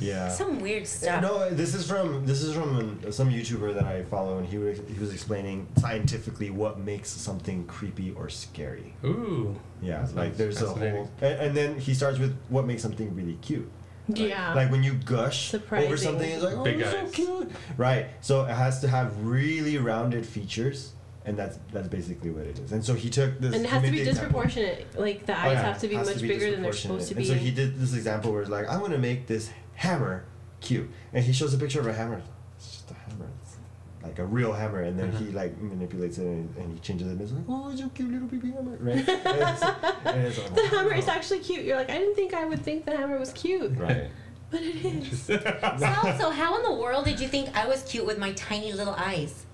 Yeah. Some weird stuff. No, this is from this is from an, some YouTuber that I follow, and he was he was explaining scientifically what makes something creepy or scary. Ooh. Yeah, That like sounds there's a fascinating. whole, and, and then he starts with what makes something really cute. Yeah. Like when you gush over Ah. Surprising. something, it's like, oh, Big you're so eyes. cute. Right. So it has to have really rounded features, and that's that's basically what it is. And so he took this. and it he has to made be the example. disproportionate. Like the Oh, eyes yeah, have to be has much bigger than they're supposed to be. disproportionate. And so he did this example where it's like, I want to make this hammer cute, and he shows a picture of a hammer. It's just a hammer. It's like a real hammer, and then Uh-huh. he like manipulates it and, and he changes it. And it's like, oh, it's a cute little baby hammer, right? And it's- and it's like, the hammer is wow. actually cute. You're like, I didn't think I would think the hammer was cute, right. but it is. so, so how in the world did you think I was cute with my tiny little eyes?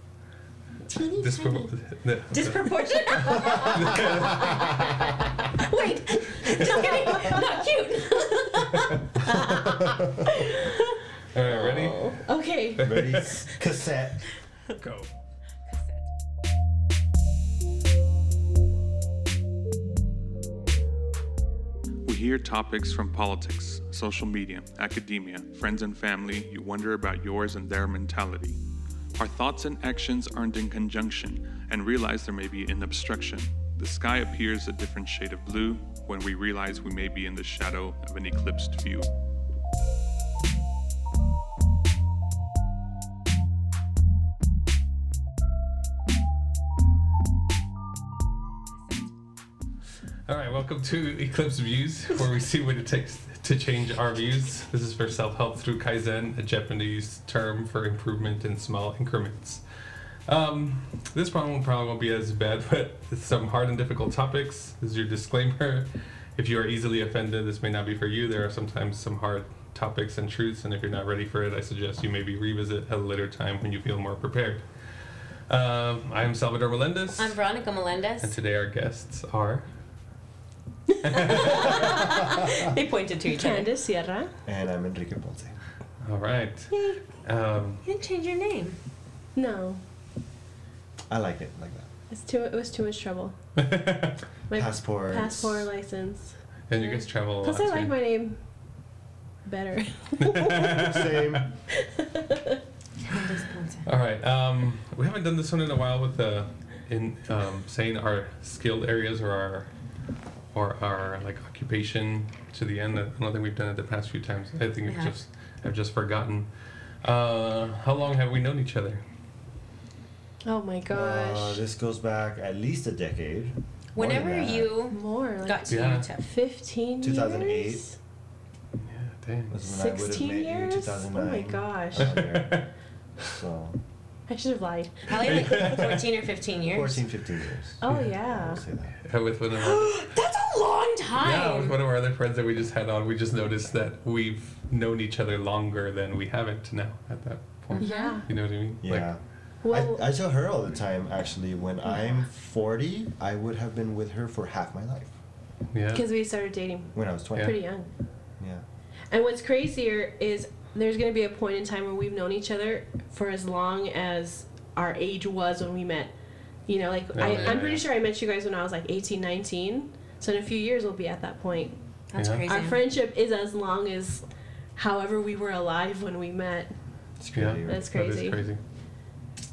Teeny tiny. Dispropor- the- the- Disproportionate. Wait, just kidding. Not cute. All right, ready? Okay. Ready? Cassette. Go. We hear topics from politics, social media, academia, friends and family. You wonder about yours and their mentality. Our thoughts and actions aren't in conjunction and realize there may be an obstruction. The sky appears a different shade of blue when we realize we may be in the shadow of an eclipsed view. All right, welcome to Eclipse Views, where we see what it takes to change our views. This is for self help through Kaizen, a Japanese term for improvement in small increments. Um, this problem probably won't be as bad, but it's some hard and difficult topics. This is your disclaimer. If you are easily offended, this may not be for you. There are sometimes some hard topics and truths, and if you're not ready for it, I suggest you maybe revisit at a later time when you feel more prepared. Um, I'm Salvador Melendez. I'm Veronica And Melendez. today our guests are. They pointed to each other. Candace Sierra. And I'm Enrique Ponce. All right. Um, You didn't change your name. No, I like it like that. it's too. It was too much trouble. My Passport. passport license. and you guys travel a lot. Plus, I like too. my name better. Same. Candace Ponce. All right. Um, we haven't done this one in a while with the in um, saying our skilled areas or our or our like occupation to the end. I don't think we've done it the past few times. I think We I've have. just I've just forgotten. Uh, how long have we known each other? oh my gosh. Uh, this goes back at least a decade. More than Whenever that. you More like got to Yeah. UTEP. fifteen. 2008? years? Yeah, dang. was when I would have 16 met you, years? Oh 2009. my gosh. around there. so I should have lied. Probably like 14 or 15 years. 14, 15 years. Oh I yeah. would say that. Yeah, with one of Oh, our, That's a long yeah, time. with one of our other friends that we just had on, we just noticed that we've known each other longer than we haven't now at that point. Yeah. You know what I mean? Like, Yeah. Well, I, I tell her all the time, actually, when I'm 40, I would have been with her for half my life yeah. because we started dating when I was 20. Yeah. pretty young. Yeah. And what's crazier is there's going to be a point in time where we've known each other for as long as our age was when we met. You know, like Oh, I, yeah, I'm pretty yeah. sure I met you guys when I was like 18, 19. So in a few years we'll be at that point. That's Yeah. crazy. Our friendship is as long as however we were alive when we met. It's crazy. Yeah. right? That's That is crazy. crazy.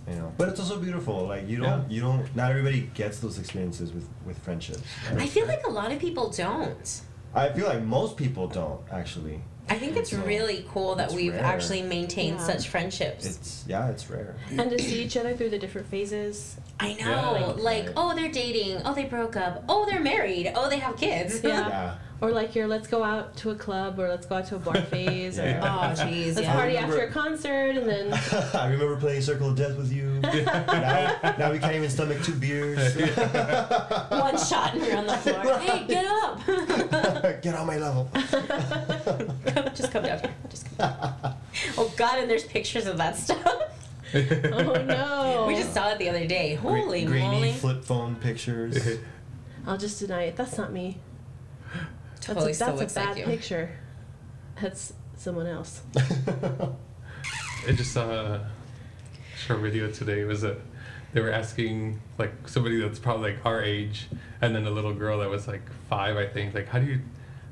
You know. But it's also beautiful. Like you don't Yeah. you don't not everybody gets those experiences with with friendships. right? I feel like a lot of people don't. I feel like most people don't actually. I think it's So, really cool that it's we've rare. actually maintained Yeah. such friendships. It's yeah, it's rare. And to see each other through the different phases. I know. Yeah. Like, oh, they're dating. Oh, they broke up. Oh, they're married. Oh, they have kids. Yeah. Yeah. Or like your let's go out to a club or let's go out to a bar phase Yeah. or Oh, jeez. let's Yeah. party I remember- after a concert and then I remember playing Circle of Death with you. now, now we can't even stomach two beers. One shot and you're on the floor. hey, get up. Get on my level. Come- Just come down here. Just come down. Oh, God, and there's pictures of that stuff. oh no. We just saw it the other day. Holy Grainy moly. flip phone pictures. I'll just deny it. That's not me. That's Totally a, still that's a looks bad like you. picture. That's someone else. I just saw a short video today. It was a they were asking like somebody that's probably like our age, and then a little girl that was like five, I think. Like, how do you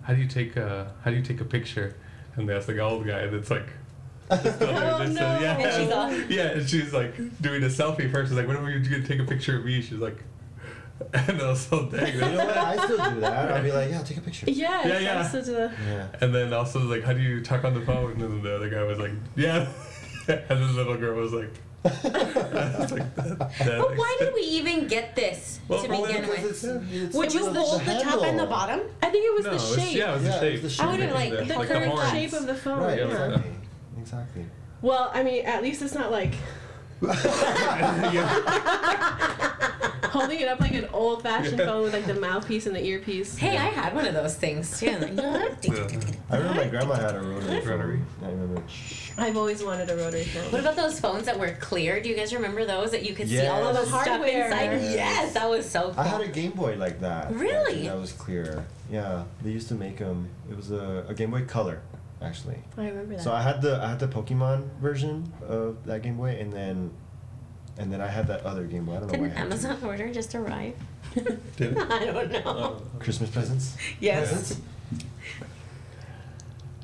how do you take a how do you take a picture? and that's the old guy that's like. Oh, that's, no. yeah. And she's off. yeah, and she's like doing a selfie first. She's like, "When are you gonna take a picture of me?" She's like, and also, dang, You know what? I still do that. I'll be like, yeah, take a picture. Yes, Yeah, yeah. I still do that. Yeah. And then also like, how do you talk on the phone? And then the other guy was like, yeah. and the little girl was like, I was like that, that But why did we even get this Well, to probably begin Because with? it's, it's Would you it's hold the top and the handle. bottom? I think it was no, the it's, shape. yeah, it was Yeah, the shape. it's the shape. I would've think, liked the like curved horns. shape of the phone. Right, Yeah. exactly. Exactly. Well, I mean, at least it's not like yeah. holding it up like an old fashioned phone with like the mouthpiece and the earpiece. Hey, I had one of those things too. Like, I remember my grandma had a rotary. phone. Rotary. I remember. I've always wanted a rotary phone. What about those phones that were clear? Do you guys remember those that you could see all of Yes. the stuff Hardware. inside? Yes. Yes, that was so cool. I had a Game Boy like that. actually, Really? That was clear. Yeah, they used to make them. It was a, a Game Boy Color, actually. I remember that. So I had the I had the Pokemon version of that Game Boy, and then, and then I had that other Game Boy. I don't Did know an why. I had two. Amazon order just arrive? Did it? I don't know. Oh. Christmas presents. Yes.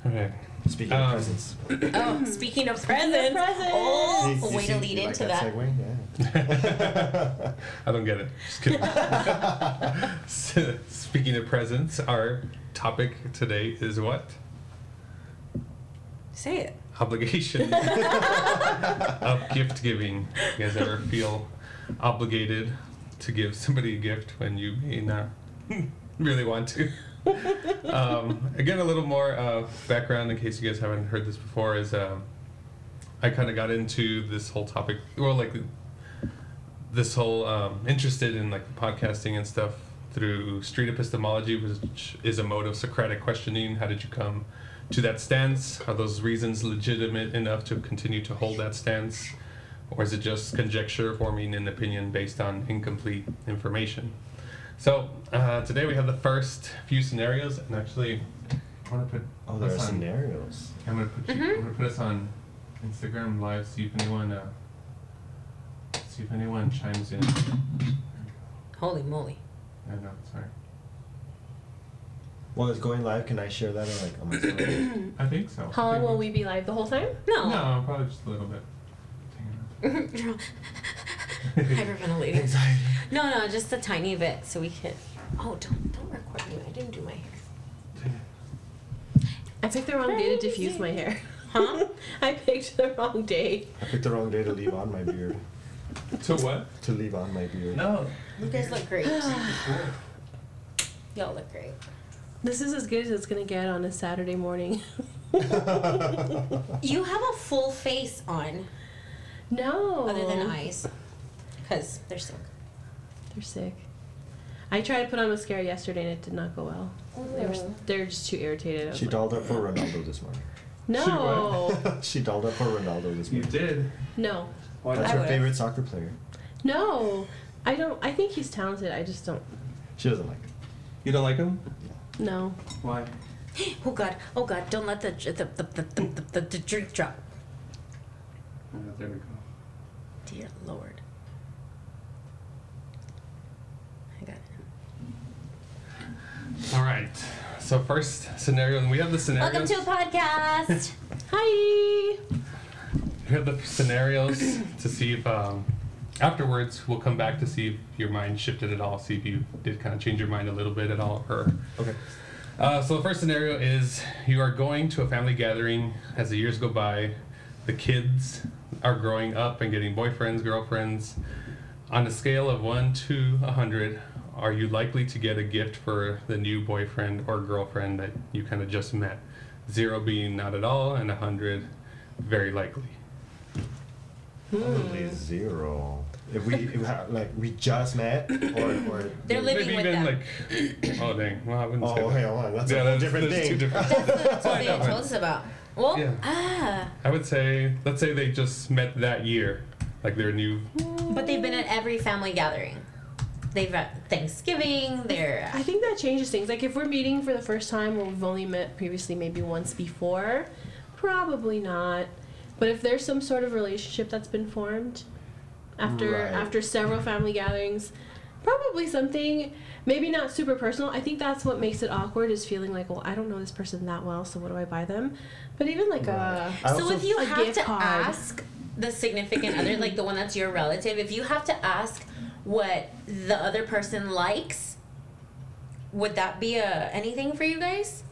Okay. Speaking of Um, presents. Oh, speaking of presents. presents. Oh, You- you way see- to lead you like into that. segue? Yeah. I don't get it. Just kidding. So, Speaking of presents, our topic today is what? Say it. obligation of gift giving. You guys ever feel obligated to give somebody a gift when you may not really want to? um, again, a little more uh, background in case you guys haven't heard this before is um, I kind of got into this whole topic, well, like this whole um, interested in like podcasting and stuff through street epistemology, which is a mode of Socratic questioning. How did you come to that stance? Are those reasons legitimate enough to continue to hold that stance? Or is it just conjecture forming an opinion based on incomplete information? So uh, today we have the first few scenarios, and actually, I want to put oh, there are us on- scenarios. I'm gonna put you, I'm gonna put us on Instagram Live. See if anyone uh, see if anyone chimes in. Holy moly. I don't know. Sorry. Well, it's going live. Can I share that? Or like, on my story? I think so. How long will we be live the whole time? No. No, probably just a little bit. Hyperventilating. anxiety. No, no, just a tiny bit so we can. Oh, don't don't record me. I didn't do my hair. I picked the wrong day to diffuse my hair. Huh? I picked the wrong day. I picked the wrong day to leave on my beard. To what? To leave on my beard. No. You guys look great. Y'all look great. This is as good as it's gonna get on a Saturday morning. You have a full face on, no. other than eyes, because they're sick. They're sick. I tried to put on mascara yesterday and it did not go well. They were, they were just too irritated. I was She like, dolled up for Ronaldo this morning. No. Oh. she dolled up for Ronaldo this morning. did. No. That's I her would. favorite soccer player. No. I don't I think he's talented. I just don't She doesn't like it. You don't like him? no. Why? Oh God! Oh God! Don't let the the the the, the, the, the drink drop. Oh, there we go. Dear Lord. I got it. All right. So first scenario, and we have the scenario. Welcome to a podcast. Hi. We have the scenarios to see if um, afterwards we'll come back to see if your mind shifted at all, see if you did kind of change your mind a little bit at all, or Okay. Uh, so the first scenario is you are going to a family gathering. As the years go by, the kids are growing up and getting boyfriends, girlfriends. On a scale of one to a hundred, are you likely to get a gift for the new boyfriend or girlfriend that you kind of just met? Zero being not at all, and a hundred, very likely. Probably Hmm. zero. If we if, we ha- like we just met or or. They're living Maybe with even them. like, oh dang, well I wouldn't Oh, say that. hang on. That's Yeah, a whole that's- different that's thing. two different- That's what they Why not? told us about. Well, Yeah. ah, I would say, let's say they just met that year, like their new but they've been at every family gathering. They've at Thanksgiving. They're I at- think that changes things. Like if we're meeting for the first time or we've only met previously maybe once before, probably not. But if there's some sort of relationship that's been formed after Right. after several family gatherings, Probably something, maybe not super personal. I think that's what makes it awkward is feeling like, well, I don't know this person that well, so what do I buy them? But even like a. I so also if you A have gift to card. ask the significant other, like the one that's your relative, if you have to ask what the other person likes, would that be a anything for you guys?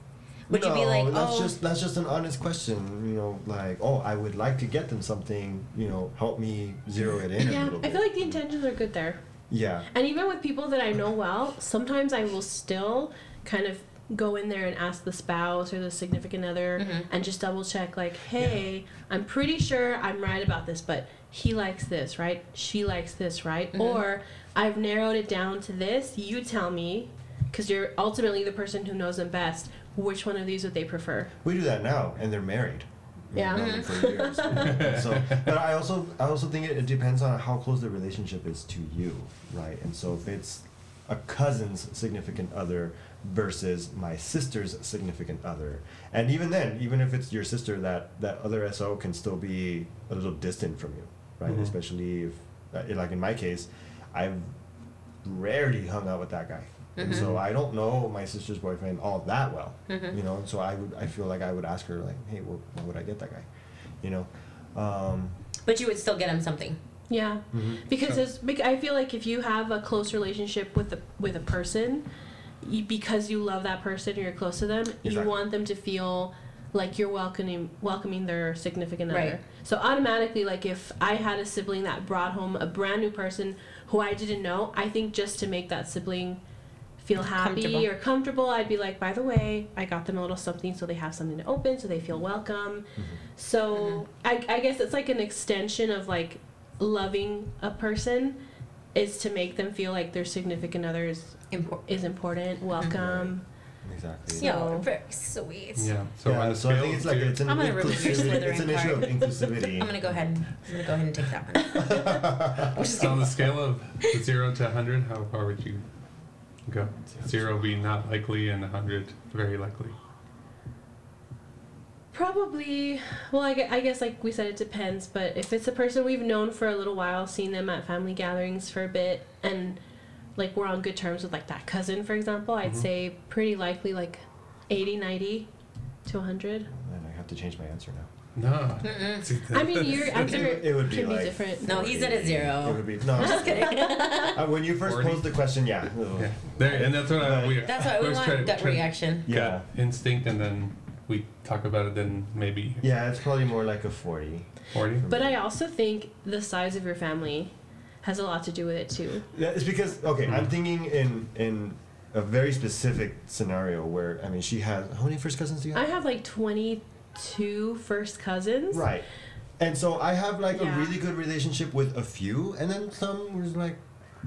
Would you be like, that's oh, just that's just an honest question. You know, like, oh, I would like to get them something. You know, help me zero it in a Yeah, little I bit. feel like the intentions are good there. yeah, And even with people that I know well, sometimes I will still kind of go in there and ask the spouse or the significant other and just double check like, "Hey, I'm pretty sure I'm right about this, but he likes this, right? She likes this, right? Or I've narrowed it down to this. You tell me because you're ultimately the person who knows them best. Which one of these would they prefer?" we do that now, and they're married. We've Yeah. known them for years. so, but I also I also think it, it depends on how close the relationship is to you, right? And so if it's a cousin's significant other versus my sister's significant other, and even then, even if it's your sister, that that other SO can still be a little distant from you, right? Especially if, uh, like in my case, I've rarely hung out with that guy. And so I don't know my sister's boyfriend all that well, you know. And so I would, I feel like I would ask her like, "Hey, wh- why would I get that guy?" You know, um, but you would still get him something. Yeah, because it's, bec- I feel like if you have a close relationship with a with a person, you, because you love that person, you're close to them. You Exactly. want them to feel like you're welcoming welcoming their significant other. Right. So automatically, like if I had a sibling that brought home a brand new person who I didn't know, I think just to make that sibling feel happy Comfortable. or comfortable, I'd be like, by the way, I got them a little something so they have something to open, so they feel welcome. So I, I guess it's like an extension of like loving a person is to make them feel like their significant other is, Important. is important, welcome. exactly. Yeah, So- very sweet. Yeah. So So, on the so I scale think it's like of zero- it's an I'm gonna remove inclusivity. your It's an Slytherin issue of card. inclusivity. I'm gonna go ahead. And, I'm gonna go ahead and take that one. We're just So on gonna- the scale of zero to hundred, how far would you go? Zero being not likely, and hundred very likely. Probably, well, I, gue- I guess like we said, it depends. But if it's a person we've known for a little while, seen them at family gatherings for a bit, and like we're on good terms with like that cousin, for example, I'd say pretty likely like 80, 90 to 100. And I have to change my answer now. No. See, I mean, your answer It, it would be can be like different. No, he's at a 40. zero. It would be no. I'm just kidding. Uh, when you first 40? posed the question, yeah, Yeah. Ugh. There, and that's what I, we. That's why we always try to- want gut try to- reaction. yeah, Gut instinct, and then we talk about it. Then maybe yeah. It's probably more like a forty. forty. But I also think the size of your family has a lot to do with it too. Yeah, it's because okay, I'm thinking in in a very specific scenario where I mean she has how many first cousins do you have? I have like 22 first cousins. right. And so I have like Yeah. a really good relationship with a few and then some was like,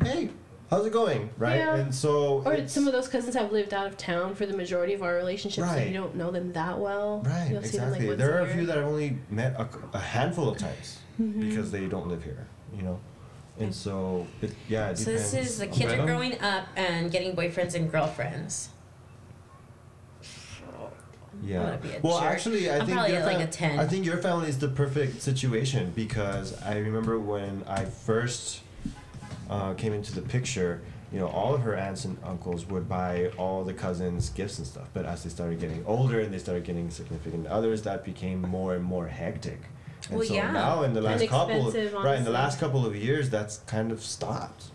Hey, how's it going? Right? Yeah. And so Or it's- some of those cousins have lived out of town for the majority of our relationship, so Right. you don't know them that well. Right, You'll see them, like, exactly. once there a are a year. Mm-hmm. few that I've only met a, a handful of times because they don't live here, you know? And so, it, yeah, it So this depends is the on- kids are Venom? growing up and getting boyfriends and girlfriends. I'm Yeah. gonna be a Well, jerk. actually, I I'm think probably your at, like, fam- a 10. I think your family is the perfect situation because I remember when I first uh, came into the picture. You know, all of her aunts and uncles would buy all the cousins gifts and stuff. But as they started getting older and they started getting significant others, that became more and more hectic. And Well, so yeah. now in the last And couple, expensive, right? In the honestly. last couple of years, that's kind of stopped.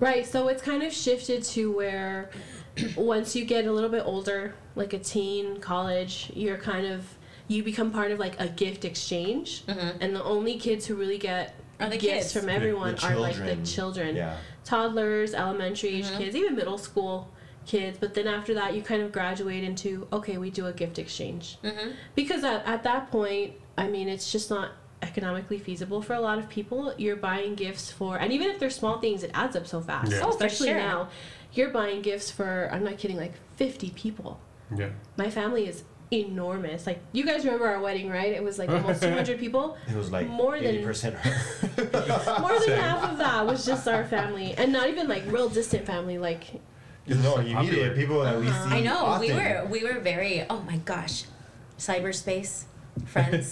Right, so it's kind of shifted to where once you get a little bit older, like a teen, college, you're kind of you become part of like a gift exchange, Mm-hmm. and the only kids who really get Are the kids. gifts from everyone Mm. The are like the children. children, Yeah. toddlers, elementary Mm-hmm. age kids, even middle school kids. But then after that, you kind of graduate into okay, we do a gift exchange Mm-hmm. because at, at that point i mean it's just not economically feasible for a lot of people you're buying gifts for and even if they're small things it adds up so fast Yeah. Oh, for especially sure. now you're buying gifts for i'm not kidding like 50 people Yeah. my family is enormous like you guys remember our wedding right it was like almost 200 people It was like More than- eighty percent her. more than half of that was just our family and not even like real distant family like It's no, so you need popular. it. People that we see. Uh-huh. I know we Mm, often. were we were very oh my gosh, cyberspace friends.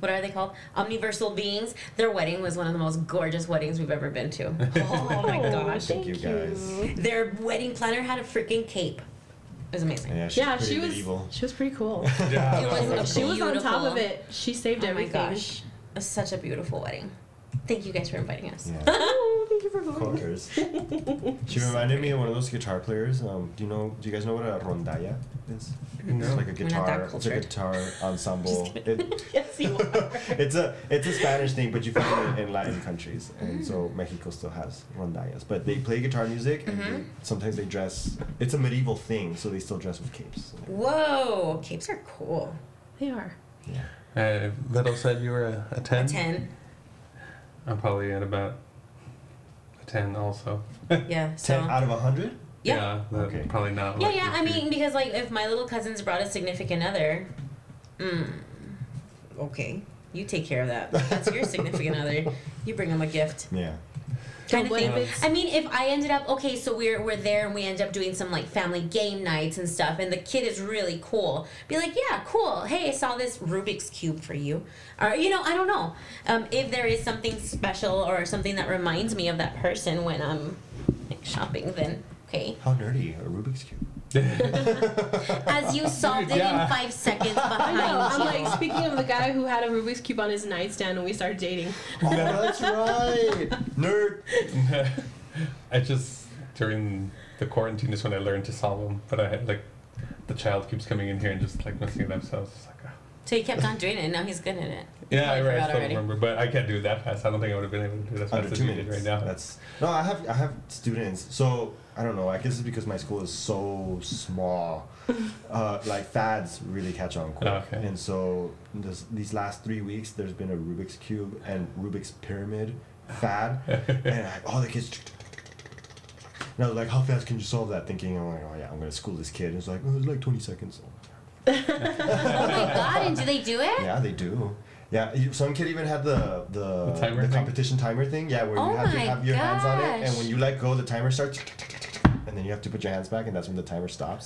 what are they called? Omniversal beings. Their wedding was one of the most gorgeous weddings we've ever been to. Oh my gosh. Thank you, guys. Their wedding planner had a freaking cape. It was amazing. Yeah, she's Yeah, pretty she was. medieval. She was pretty cool. Yeah, It that was was a she was on top Beautiful. of it. She saved Oh my everything. gosh. It was such a beautiful wedding. Thank you guys for inviting us. Yeah, Oh, thank you for voting. cultures. She reminded me of one of those guitar players. Um, do you know? Do you guys know what a rondalla is? It's like a We're not that guitar. It's a cultured. guitar ensemble. It, yes, you it's a it's a Spanish thing, but you find it in Latin countries, and so Mexico still has rondallas. But they play guitar music, and they, sometimes they dress. It's a medieval thing, so they still dress with capes. Whoa, capes are cool. They are. Yeah. Uh, Little said you were a, a 10? Ten. I'm probably at about a 10 also. Yeah. So. Ten out of a hundred. Yeah. that- Okay. Probably not. Yeah, like yeah. your I peer. mean, because like if my little cousins brought a significant other, mm, okay, you take care of that. That's your significant other. You bring them a gift, Yeah. kind of what thing. if it's- I mean, if I ended up okay, so we're we're there and we end up doing some like family game nights and stuff, and the kid is really cool. Be like, yeah, cool. Hey, I saw this Rubik's cube for you, or you know, I don't know. Um, if there is something special or something that reminds me of that person when I'm like, shopping, then okay. How nerdy a Rubik's cube. As you solved it Yeah. in five seconds I behind know. I'm you. like speaking of the guy who had a Rubik's cube on his nightstand when we started dating. Oh, that's right. Nerd. I just during the quarantine is when I learned to solve them, but I had like the child keeps coming in here and just like messing it up, so I was just like, oh. so he kept on doing it, and now he's good at it. yeah, I, I right, I forgot still already. remember, but I can't do it that fast. I don't think I would have been able to do it as fast Under as two you did minutes. right now. That's no. I have I have students. So I don't know. I guess it's because my school is so small. uh, like fads really catch on quick. Okay. And so this, these last three weeks, there's been a Rubik's cube and Rubik's pyramid fad, and I, all the kids. And I was like, "How fast can you solve that?" Thinking, "I'm like, oh yeah, I'm gonna school this kid." And it's like, "Oh, it's like 20 seconds." Oh my god! And do they do it? Yeah, they do. Yeah, you, some kid even had the the, The timer the thing? competition timer thing. Yeah, where Oh you have to my have your hands on it, and gosh. when you let go, the timer starts, and then you have to put your hands back, and that's when the timer stops.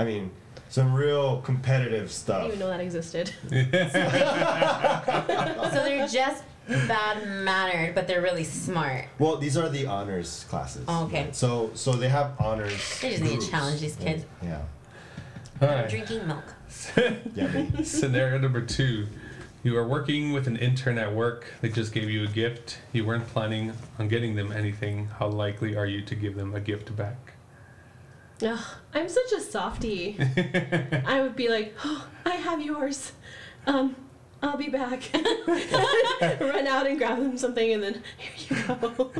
I mean, some real competitive I didn't stuff. even know that existed. So they're just bad mannered, but they're really smart. Well, these are the honors classes. Oh, okay. right? So so they have honors. They just need groups. to challenge these kids. Yeah. All I'm right. drinking milk. Yeah. me. Scenario number two. You are working with an intern at work. They just gave you a gift. You weren't planning on getting them anything. How likely are you to give them a gift back? Ugh, I'm such a softie. I would be like, oh, I have yours. Um, I'll be back. Run out and grab them something, and then here you go.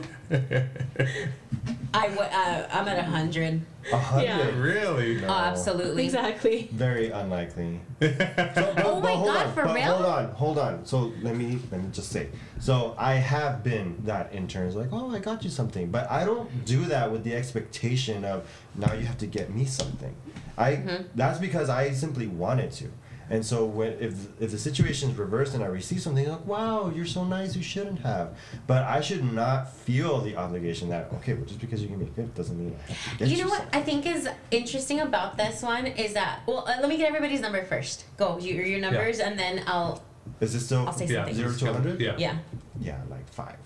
I w- uh, I'm at a hundred. A hundred. Yeah. Really? No. Oh, absolutely. exactly. Very unlikely. Oh my hold god! on, for but real? Hold on, hold on. So let me let me just say. So I have been that intern. It's like, oh, I got you something, but I don't do that with the expectation of now you have to get me something. I Mm-hmm. that's because I simply wanted to. And so when if if the situation is reversed and I receive something, like wow, you're so nice, you shouldn't have. But I should not feel the obligation that okay, well, just because you give me a gift doesn't mean I have to get you. You know what something. I think is interesting about this one is that well, uh, let me get everybody's number first. Go your your numbers, and then I'll Is this still I'll say Yeah. something. Zero just to go- 100? Yeah. yeah. Yeah, like five.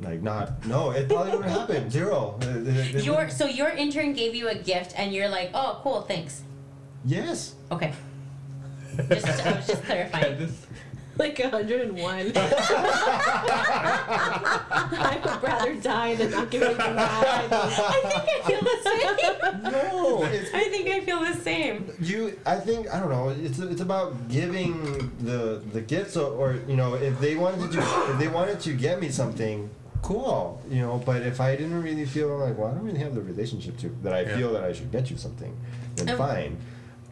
Like not no, it probably wouldn't happen. Zero. Uh, it- it- it Your wouldn't- so your intern gave you a gift, and you're like, oh, cool, thanks. yes. Okay. Just, I was just And clarifying. this- Like 101. I would rather die than not give anything back. I think I feel the same. No. It's, I think I feel the same. you. I think I don't know. It's it's about giving the the gifts or, or you know if they wanted to do, if they wanted to get me something. Cool, you know, but if I didn't really feel like, well, I don't really have the relationship to that, I Yeah. feel that I should get you something, then Um, fine,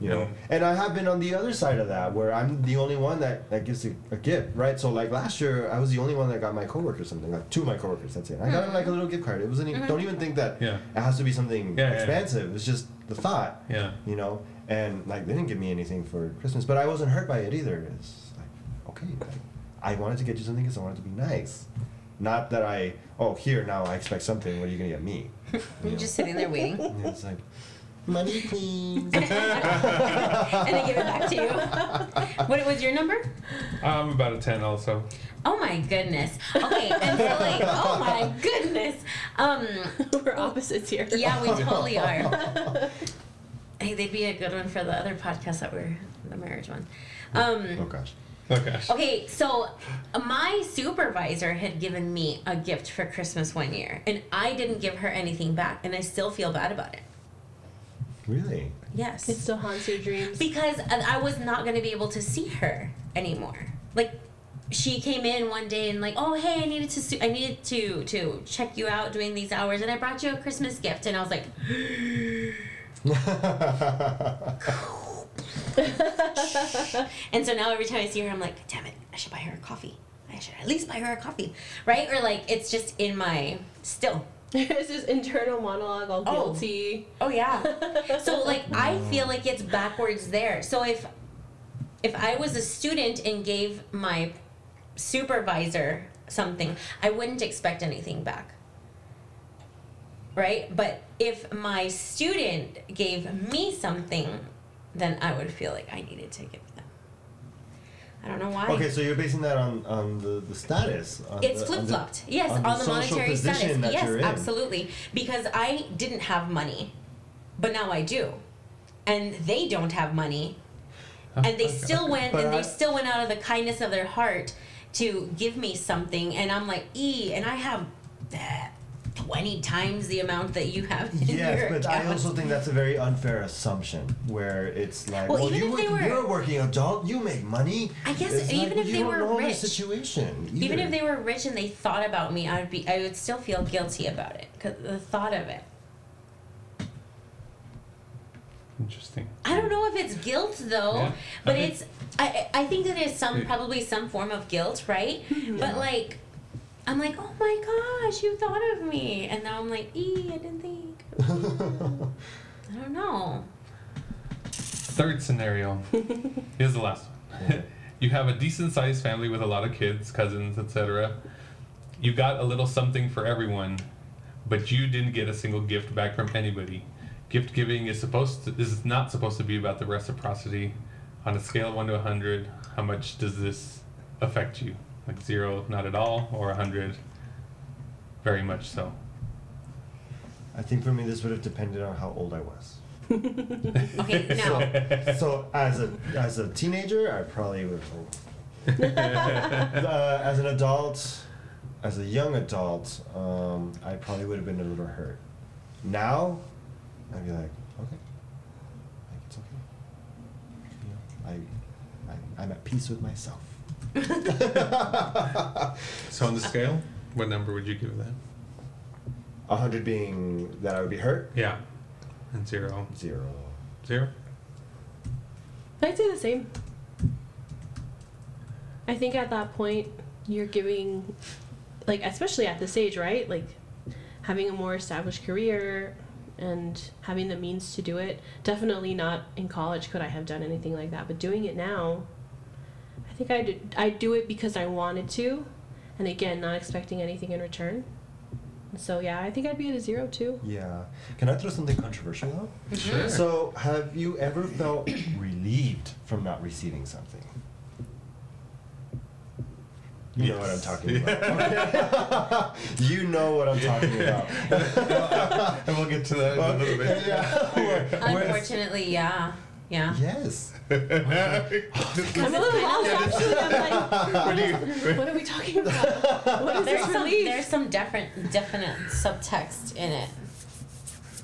you know. Yeah. And I have been on the other side of that, where I'm the only one that, that gives a, a gift, right? So like last year, I was the only one that got my coworker something, like two of my coworkers. That's it. I got like a little gift card. It wasn't. Even, Don't even think that Yeah. it has to be something Yeah, yeah, yeah. expansive. It's just the thought, yeah. you know. And like they didn't give me anything for Christmas, but I wasn't hurt by it either. It's like okay, like, I wanted to get you something because I wanted to be nice, not that I oh here now I expect something. What are you gonna get me? You I'm know? just sitting there waiting. And it's like Oh, Money, please. and they give it back to you. what was your number? I'm about a 10 also. Oh my goodness. Okay, and so like, oh my goodness. Um, We're opposites here. yeah, we totally are. Hey, they'd be a good one for the other podcast that we're the marriage one. oh Um, gosh. Oh gosh. okay, so my supervisor had given me a gift for Christmas one year, and I didn't give her anything back, and I still feel bad about it. Really? Yes. It still haunts your dreams. because I I was not going to be able to see her anymore. Like she came in one day and like, "Oh, hey, I needed to su- I needed to to check you out doing these hours and I brought you a Christmas gift." And I was like, and so now every time I see her, I'm like, "Damn it, I should buy her a coffee." I should at least buy her a coffee, right? Or like it's just in my still. There's this internal monologue all Oh. guilty. Oh yeah. so like I feel like it's backwards there. So if if I was a student and gave my supervisor something, I wouldn't expect anything back. Right? But if my student gave me something, then I would feel like I needed to give them. I don't know why. Okay, so you're basing that on, on the, the status. On It's the- flip on the- flopped. Yes, on the on, the social monetary position status. that Yes, you're in. absolutely. Because I didn't have money, but now I do, and they don't have money, Oh, and they still went But and I- they still went out of the kindness of their heart to give me something, and I'm like, e, and I have that twenty times the amount that you have. In Yes, your but account. I also think that's a very unfair assumption where it's like, Well, well, even you if they work- were- you're a working adult, you make money. I guess It's even if you they don't were know the rich. situation. Even either. if they were rich and they thought about me, I'd be I would still feel guilty about it because the thought of it. Interesting. I don't know if it's guilt though, Yeah. but I think- it's I I I think that it's some Yeah. probably some form of guilt, right? But like I'm like, oh my gosh, you thought of me, and now I'm like, ee, I didn't think. I don't know. Third scenario. Here's the last one. you have a decent sized family with a lot of kids, cousins, etc. You got a little something for everyone, but you didn't get a single gift back from anybody. Gift giving is supposed to, is not supposed to be about the reciprocity. On a scale of 1 to 100, how much does this affect you? Like 0, not at all, or 100, very much so. I think for me, this would have depended on how old I was. Okay, now so as a as a teenager, I probably would. uh, as an adult, as a young adult, um, I probably would have been a little hurt. Now, I'd be like, okay, like it's okay. You know, I, I I'm at peace with myself. So on the scale, what number would you give that? A hundred being that I would be hurt. Yeah. And 0. Zero. 0? I'd say the same. I think at that point, you're giving, like, especially at this age, right? Like, having a more established career and having the means to do it. Definitely not in college could I have done anything like that, but doing it now, I think I did, I do it because I wanted to, and again, not expecting anything in return. So yeah, I think I'd be at a zero too. Yeah. Can I throw something controversial out? Sure. So, have you ever felt relieved from not receiving something? You know what I'm Yes. talking about. Okay. you know what I'm talking about. and we'll get to that in a little bit. Yeah. unfortunately, yeah. Yeah. Yes. I'm a little lost actually. I'm like, What do you- what are we talking about? What is There's this some relief? there's some definite definite subtext in it.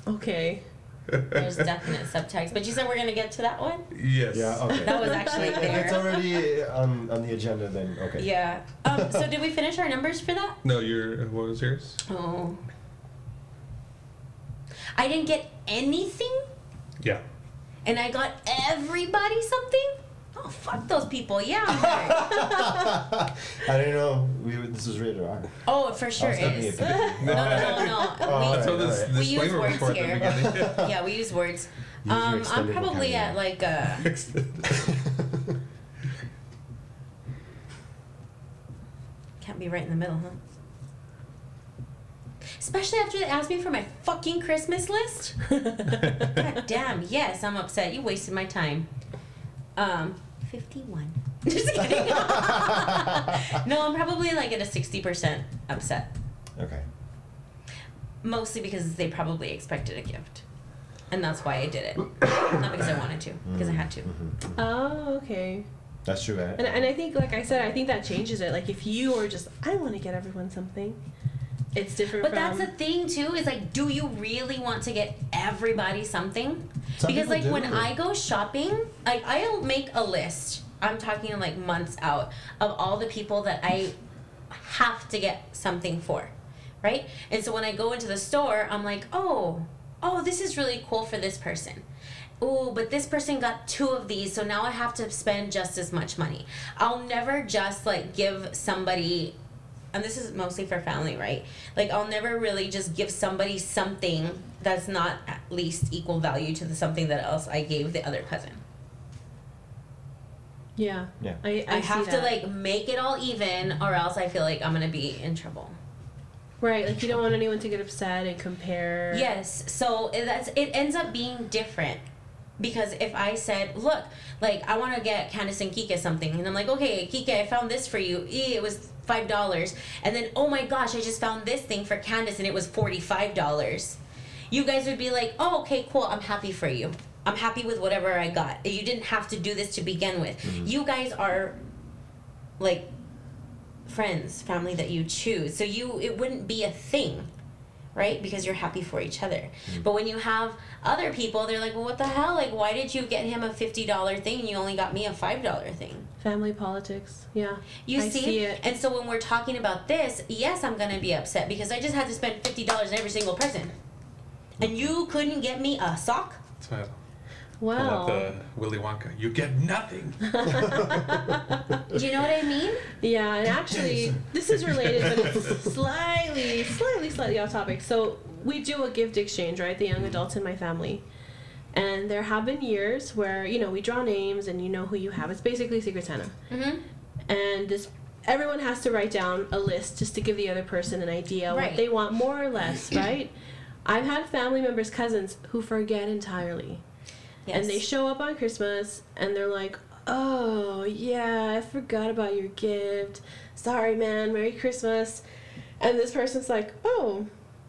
Okay. There's definite subtext. But you said we're gonna get to that one? yes. Yeah. Okay. That was actually if there. it's already um, on, on the agenda, then okay. Yeah. Um, so did we finish our numbers for that? No, your what was yours? Oh. I didn't get anything, Yeah. and I got everybody something. Oh fuck those people! Yeah. I'm hurt. I don't know. We were- this was rated R. oh, it for I sure was thinking is. it could be- No, no, no, no. Oh, We, All That's right, what this all right. We use disclaimer was words for at here. the yeah, we use words. Use your Um, I'm extended probably at like uh, a. beginning. Can't be right in the middle, huh? Especially after they asked me for my fucking Christmas list. God damn, yes, I'm upset. You wasted my time. Um, 51. Just kidding. no, I'm probably like at a 60% upset. Okay. Mostly because they probably expected a gift. And that's why I did it. Not because I wanted to, because I had to. Oh, okay. That's true. eh? I, And, and I think, like I said, I think that changes it. Like if you are just, I want to get everyone something, it's different. But from, that's the thing too is like, do you really want to get everybody something? Some because people like when do. I go shopping, like I'll make a list. I'm talking like months out of all the people that I have to get something for, right? And so when I go into the store, I'm like, oh, oh, this is really cool for this person. Oh, but this person got two of these, so now I have to spend just as much money. I'll never just like give somebody and this is mostly for family, right? Like I'll never really just give somebody something that's not at least equal value to the something that else I gave the other cousin. yeah. Yeah. I, I, I, have see to that. like make it all even or else I feel like I'm gonna be in trouble. right. Like you don't want anyone to get upset and compare. Yes, so it- that's it ends up being different because if I said, look, like I want to get Candace and Kika something, and I'm like, okay, Kika, I found this for you. Eh, It was five dollars, and then oh my gosh, I just found this thing for Candace, and it was forty five dollars. You guys would be like, oh, okay, cool. I'm happy for you. I'm happy with whatever I got. You didn't have to do this to begin with. You guys are like friends, family that you choose. So you it wouldn't be a thing, right? Because you're happy for each other. Mm-hmm. But when you have other people, they're like, "Well, what the hell? Like why did you get him a $50 thing and you only got me a $5 thing?" Family politics. Yeah. You I see? see it. And so when we're talking about this, yes, I'm going to be upset because I just had to spend $50 on every single person. And you couldn't get me a sock? That's why I pull Wow. out Oh. the Willy Wonka. You get nothing. Do you know what I mean? Yeah, and actually, this is related, but it's slightly, slightly, slightly off topic. So we do a gift exchange, right? The young adults in my family, and there have been years where you know we draw names and you know who you have. It's basically Secret Santa, Mhm. and this everyone has to write down a list just to give the other person an idea Right. what they want, more or less, right? I've had family members, cousins who forget entirely. Yes. And they show up on Christmas and they're like, oh, yeah, I forgot about your gift. Sorry, man. Merry Christmas. And this person's like, oh,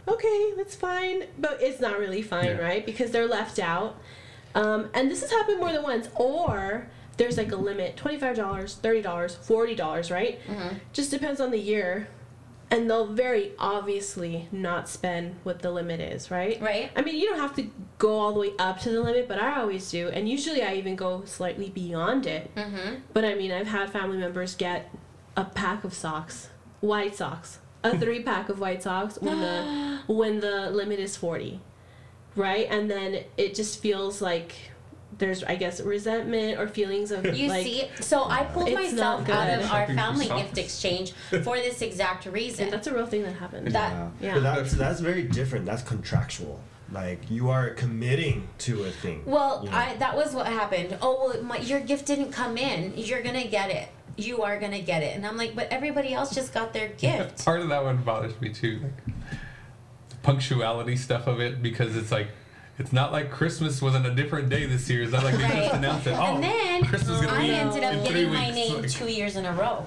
okay, that's fine. But it's not really fine, Yeah. right? Because they're left out. Um, and this has happened more than once. Or there's like a limit $25, $30, $40, right? Just depends on the year. And they'll very obviously not spend what the limit is, right? right? I mean, you don't have to go all the way up to the limit, but I always do. And usually I even go slightly beyond it. Mhm. But I mean, I've had family members get a pack of socks, white socks, a three pack of white socks when the when the limit is 40. Right? And then it just feels like there's I guess resentment or feelings of You like see, so I pulled It's myself not out good. of our Shopping for family socks. gift exchange for this exact reason. and that's a real thing that happened. That- Wow. Yeah. But that's, that's very different. That's contractual. Like you are committing to a thing. Well, you know? I that was what happened. Oh, well, my, your gift didn't come in. You're gonna get it. You are gonna get it. And I'm like, but everybody else just got their gift. Part of that one bothers me too, like the punctuality stuff of it, because it's like it's not like Christmas was on a different day this year. It's not like they Right. just announced it. Oh, and then Christmas is gonna I be ended in up three getting my weeks. name Like, two years in a row.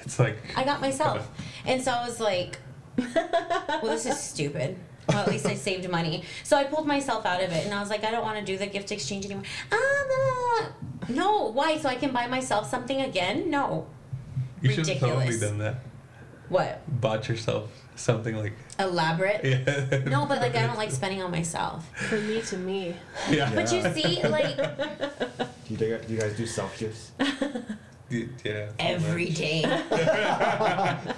It's like I got myself, and so I was like, well, this is stupid. Well, at least I saved money. So I pulled myself out of it, and I was like, I don't want to do the gift exchange anymore. Ah, no. no, why? So I can buy myself something again? No. you should have totally Ridiculous. done that. What? Bought yourself something like Elaborate? yeah. No, but like I don't like spending on myself. From me to me. yeah. But you see, like do, you, think- do you guys do self gifts Y- yeah. every day, every day?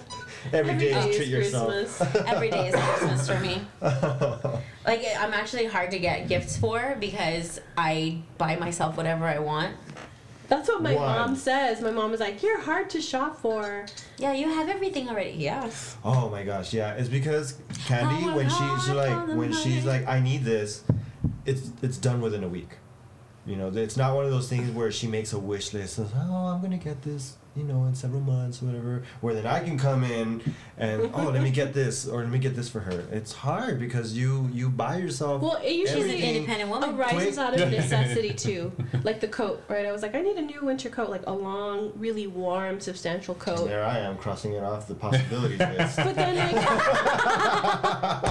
Every Just day treat is yourself. Christmas. every day is Christmas for me. Like I'm actually hard to get gifts for because I buy myself whatever I want. That's what my Why? mom says. My mom was like, "You're hard to shop for." Yeah, you have everything already. Yeah. Oh my gosh, yeah. It's because Candy Oh my when God, she's like oh, when the she's money. like I need this, it's it's done within a week. You know, it's not one of those things where she makes a wish list. And, oh, I'm gonna get this. you know, in several months, or whatever, where then I can come in and oh, let me get this or let me get this for her. It's hard because you you buy yourself. Well, it usually everything. independent woman. Wait. arises out of necessity too. Like the coat, right? I was like, I need a new winter coat, like a long, really warm, substantial coat. There I am crossing it off the possibilities list. But then, like,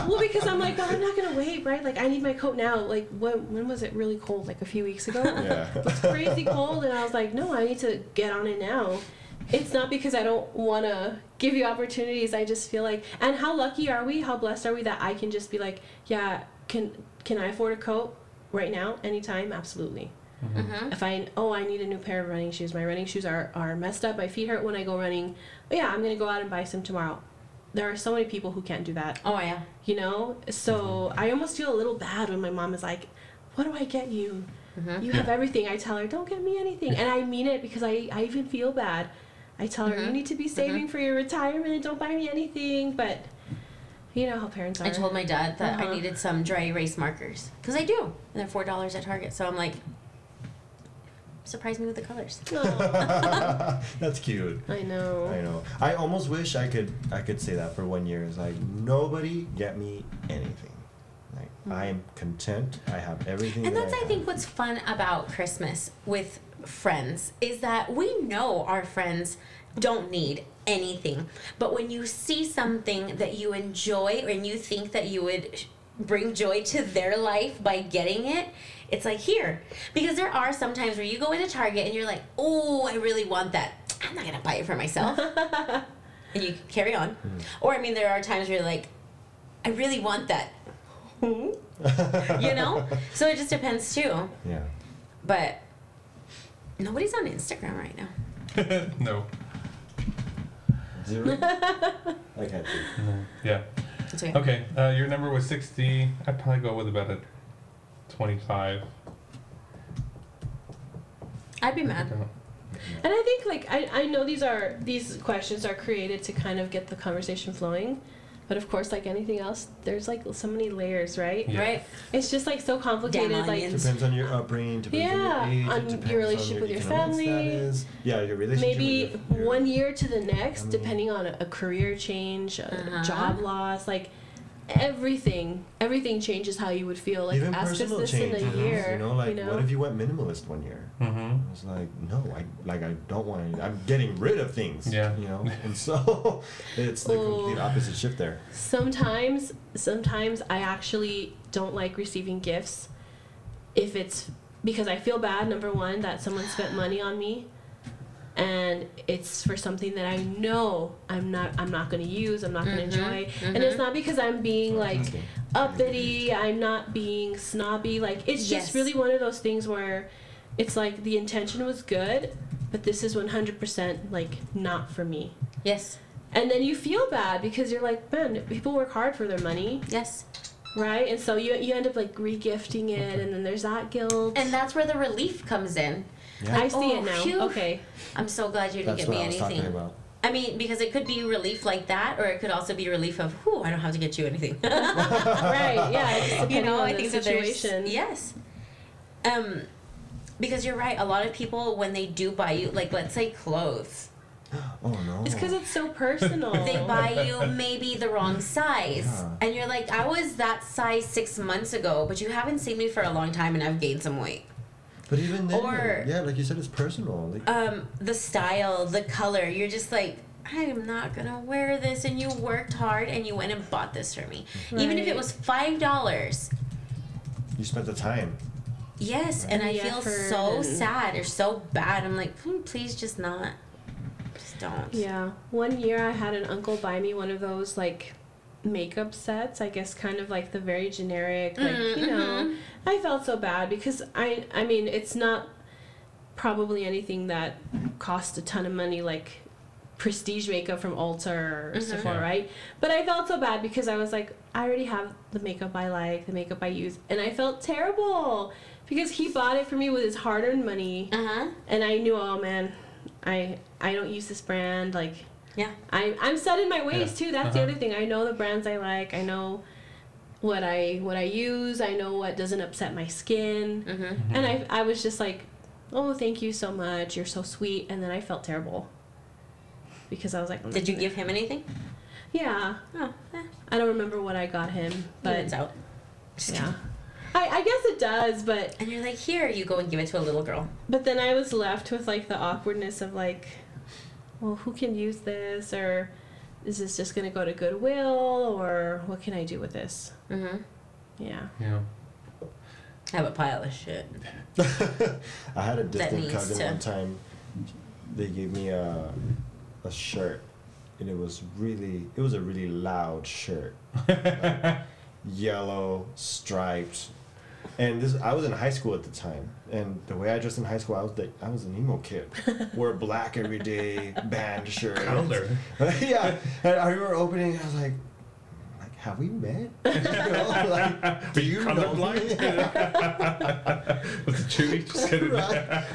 well, because I'm like, well, I'm not gonna wait, right? Like, I need my coat now. Like, when when was it really cold? Like a few weeks ago. It's Yeah. crazy cold, and I was like, no, I need to get on it now. It's not because I don't want to give you opportunities. I just feel like, and how lucky are we? How blessed are we that I can just be like, yeah, can can I afford a coat right now, anytime? Absolutely. Mm-hmm. If I oh I need a new pair of running shoes. My running shoes are are messed up. My feet hurt when I go running. Yeah, I'm gonna go out and buy some tomorrow. There are so many people who can't do that Oh yeah. you know so i almost feel a little bad when my mom is like what do i get you Mm-hmm. you have everything i tell her don't get me anything and i mean it because i, I even feel bad i tell her Mm-hmm. you need to be saving for your retirement don't buy me anything but you know how parents are I told my dad that I Uh-huh. needed some dry erase markers because I do, and they're four dollars at Target. So I'm like, surprise me with the colors. Aw, That's cute. i know I know. I almost wish I could I could say that for one year. It's like nobody get me anything. Like Hmm. I am content. I have everything. And that that's, I have. think, what's fun about Christmas with friends is that we know our friends don't need anything. But when you see something that you enjoy and you think that you would sh- bring joy to their life by getting it, it's like here. Because there are some times where you go into Target and you're like, oh, I really want that. I'm not going to buy it for myself. and you carry on. Or, I mean, there are times where you're like, I really want that. you know? So it just depends too. Hmm. Yeah. But nobody's on Instagram right now. no. Zero. I can't see. Yeah. It's okay. Okay. Uh, your number was 60. I'd probably go with about a 25. I'd be mad. And I think like I, I know these are these questions are created to kind of get the conversation flowing, but of course like anything else, there's like so many layers, right? Yeah. Right? It's just like so complicated. Damn like onions. Depends on your upbringing. Depends Yeah, on your age. it on your depends relationship on with your economic family. Status. Yeah, your relationship. maybe with your, your, one year to the next, mean- depending on a, a career change, a Uh-huh. job loss, like everything. Everything changes how you would feel. Like even ask us personal this changes. in a year. You know, like what if you went minimalist one year? Mm-hmm. It's like no, I like I don't want. Any, I'm getting rid of things. Yeah. You know, and so it's the complete Ooh. opposite shift there. Sometimes, sometimes I actually don't like receiving gifts if it's because I feel bad, number one, that someone spent money on me and it's for something that I know I'm not I'm not gonna use, I'm not gonna enjoy. And it's not because I'm being like Okay. uppity, I'm not being snobby, like it's Yes. just really one of those things where it's like the intention was good, but this is one hundred percent like not for me. Yes. And then you feel bad because you're like, man, people work hard for their money, Yes. right? And so you, you end up like regifting it, and then there's that guilt. And that's where the relief comes in. I see oh, it now. phew. Okay. I'm so glad you didn't That's get what me I was anything. talking about. I mean, because it could be relief like that, or it could also be relief of, whew, I don't have to get you anything. right. Yeah. It's just you depending know, on I the think that situation. there's yes, um, because you're right. A lot of people when they do buy you, like let's say clothes, Oh no. It's because it's so personal. they buy you maybe the wrong size, Yeah. and you're like, I was that size six months ago, but you haven't seen me for a long time, and I've gained some weight. But even then, Or- yeah, like you said, it's personal. Like, Um, the style, the color, you're just like. I am not gonna wear this, and you worked hard, and you went and bought this for me. Even if it Right. was five dollars, you spent the time. Yes, and I The feel effort so and- sad or so bad. I'm like, "Hmm, please just not. Just don't. Yeah. One year I had an uncle buy me one of those like makeup sets, I guess kind of like the very generic, like, you know. I felt so bad because I I mean, it's not probably anything that cost a ton of money like prestige makeup from Ulta or Sephora, Yeah. right? But I felt so bad because I was like, I already have the makeup I like, the makeup I use, and I felt terrible because he bought it for me with his hard-earned money Uh huh. and I knew, oh man, I I don't use this brand. Like Yeah. I I'm set in my ways Yeah. too. That's the Uh-huh. other thing. I know the brands I like. I know what I what I use. I know what doesn't upset my skin. Mm-hmm. Mm-hmm. And I I was just like, oh, thank you so much. You're so sweet. And then I felt terrible. because I was like, I'm not Did you gonna- give him anything? Yeah, Oh, eh, I don't remember what I got him, but but it's out. Just yeah, kidding. I, I guess it does, but And you're like, here, you go and give it to a little girl. but then I was left with like the awkwardness of like, well, who can use this or is this just gonna go to Goodwill or what can I do with this? Mm-hmm. Yeah. Yeah. I have a pile of shit. I had a Disney needs cousin to- one time. They gave me a a shirt, and it was really it was a really loud shirt, Like, yellow striped. And this, I was in high school at the time, and the way I dressed in high school, I was like, I was an emo kid. Wore black every day, band shirt. Color. yeah, and I remember opening. I was like, like, have we met? You know, like, Are you colorblind? Was it Chewy? Just kidding. Right.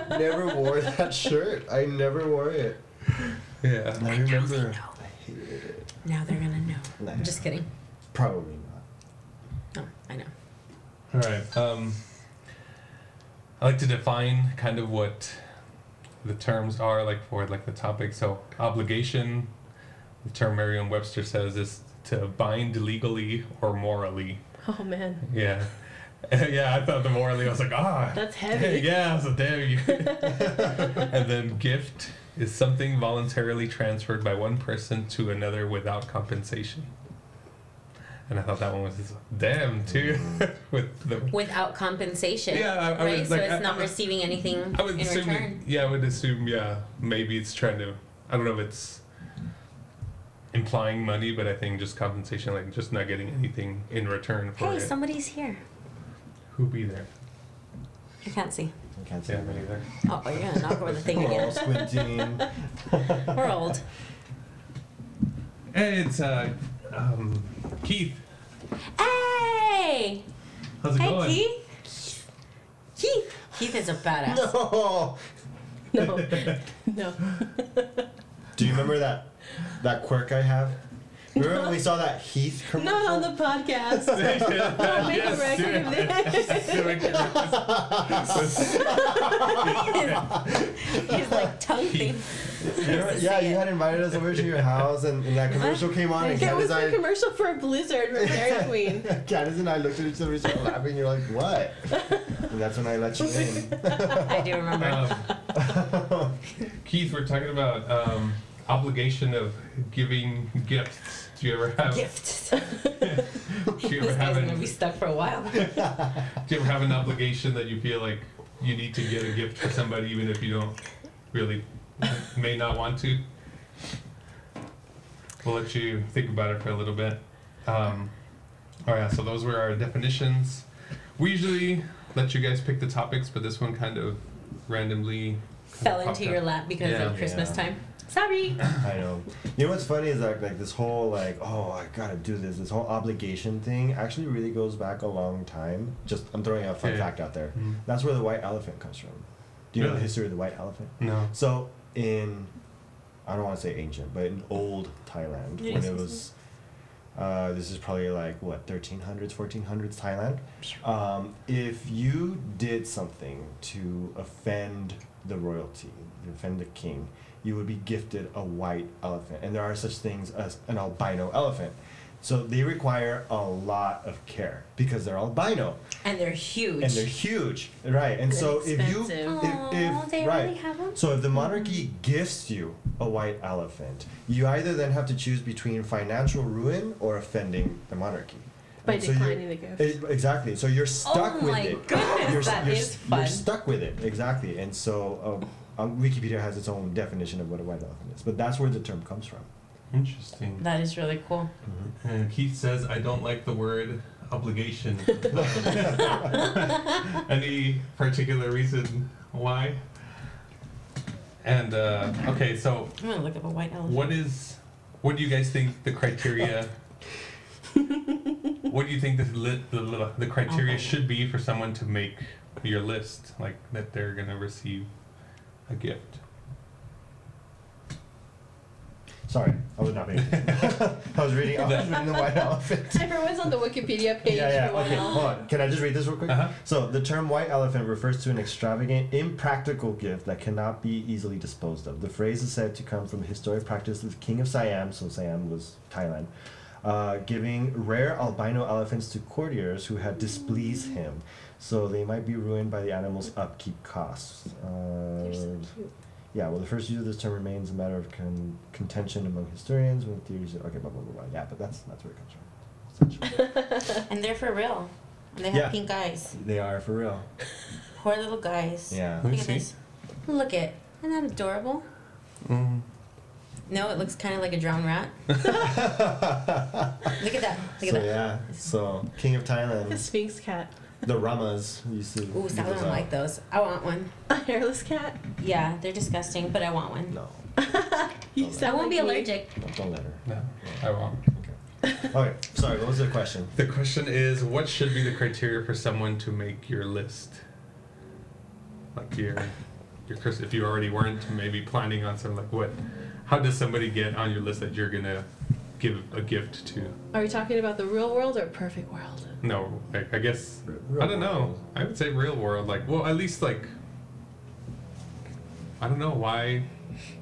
I never wore that shirt. I never wore it. Yeah. I remember. I hated it. Now they're gonna know. Nah. I'm just kidding. Probably not. No, Oh, I know. All right. Um, I like to define kind of what the terms are like for like the topic. So obligation, the term Merriam-Webster says is to bind legally or morally. Oh man, Yeah. yeah, I thought the morally I was like, ah, that's heavy. yeah, so dare you. and then gift is something voluntarily transferred by one person to another without compensation. And I thought that one was damn too with the Without compensation. Yeah, I- I would- right? like, so it's I- not I- receiving anything I would in assume return. yeah, I would assume yeah, maybe it's trying to I don't know if it's implying money, but I think just compensation like just not getting anything in return for Hey, it. somebody's here. Who be there? I can't see. I can't say Yeah, that me either. either. Oh, you're gonna knock over the thing We're all again. squinting. We're old. Hey, it's uh um Keith. Hey! How's it hey, going? Keith. Keith. Keith is a badass. no. No, no. Do you remember that that quirk I have? Remember when we saw that Heath commercial? Not on the podcast. Make a yes, record of this. His like tongue thing. Remember- yeah, you had invited us over to your house, and, and that commercial came on, and That was Candace the and commercial for Blizzard with Dairy Queen. I, Candace and I looked at each other, we started laughing. You're like, what? And that's when I let you in. I do remember. Um, Keith, we're talking about um, obligation of giving gifts. Do you ever have? Gifts. Do you ever this have guy's an? gonna be stuck for a while. do you ever have an obligation that you feel like you need to get a gift for somebody, even if you don't really may not want to? We'll let you think about it for a little bit. Um, all right, so those were our definitions. We usually let you guys pick the topics, but this one kind of randomly Fell popped into up. your lap because Yeah. of Christmas Yeah. time. Sorry. I know. You know what's funny is like like this whole like oh I gotta do this this whole obligation thing actually really goes back a long time. Just I'm throwing a fun Yeah. fact out there. Mm. That's where the white elephant comes from. Do you know the Really? history of the white elephant? No. So in I don't want to say ancient, but in old Thailand Yes, when it yes, was uh, this is probably like what 1300s 1400s Thailand. Um, if you did something to offend the royalty, offend the king, you would be gifted a white elephant, and there are such things as an albino elephant. So they require a lot of care because they're albino And they're huge. and they're huge, right? And so if you Expensive. Aw, if, if they right. already have 'em? So if the monarchy gifts you a white elephant, you either then have to choose between financial ruin or offending the monarchy. By And so you're- declining the gift. e- exactly. So you're stuck Oh with my it. goodness, you're, s- that you're, is s- fun. You're stuck with it. Exactly. And so um, um, Wikipedia has its own definition of what a white elephant is, but that's where the term comes from. Interesting. That is really cool. And Keith says, I don't like the word obligation. Any particular reason why? And, uh, okay, so I'm gonna look up a white elephant. what is, what do you guys think the criteria? what do you think the, li- the, li- the criteria should be for someone to make your list, like that they're gonna receive a gift? So Sorry, I was not paying attention. I was reading. I was reading the white elephant. Everyone's on the Wikipedia page. Yeah, yeah. everyone Okay, else. hold on. Can I just read this real quick? Uh-huh. So the term "white elephant" refers to an extravagant, impractical gift that cannot be easily disposed of. The phrase is said to come from historic practice of King of Siam, so Siam was Thailand, uh, giving rare albino elephants to courtiers who had displeased him, so they might be ruined by the animal's upkeep costs. You're Uh, so cute. yeah, well, the first use of this term remains a matter of con- contention among historians with theories. Of, okay, blah blah blah blah. Yeah, but that's that's where it comes from. essentially. And they're for real. And they have Yeah. pink eyes. They are for real. Poor little guys. Yeah. Let me Look at see. this. Look it. Isn't that adorable? Mm. No, it looks kind of like a drowned rat. Look at that. Look at so that. yeah, so King of The Thailand, Sphinx cat. the Ramas used to. Ooh, leave Sal those doesn't out. like those. I want one. A hairless cat. Yeah, they're disgusting, but I want one. No, You Don't I sound won't like be me. allergic. don't, don't let her. No, I won't. Okay. okay. Sorry, what was the question? The question is, what should be the criteria for someone to make your list? Like your, your Chris, if you already weren't maybe planning on something like what, how does somebody get on your list that you're gonna give a gift to? Are we talking about the real world or perfect world? No, I, I guess Real I don't know. world. I would say real world, like well, at least like I don't know why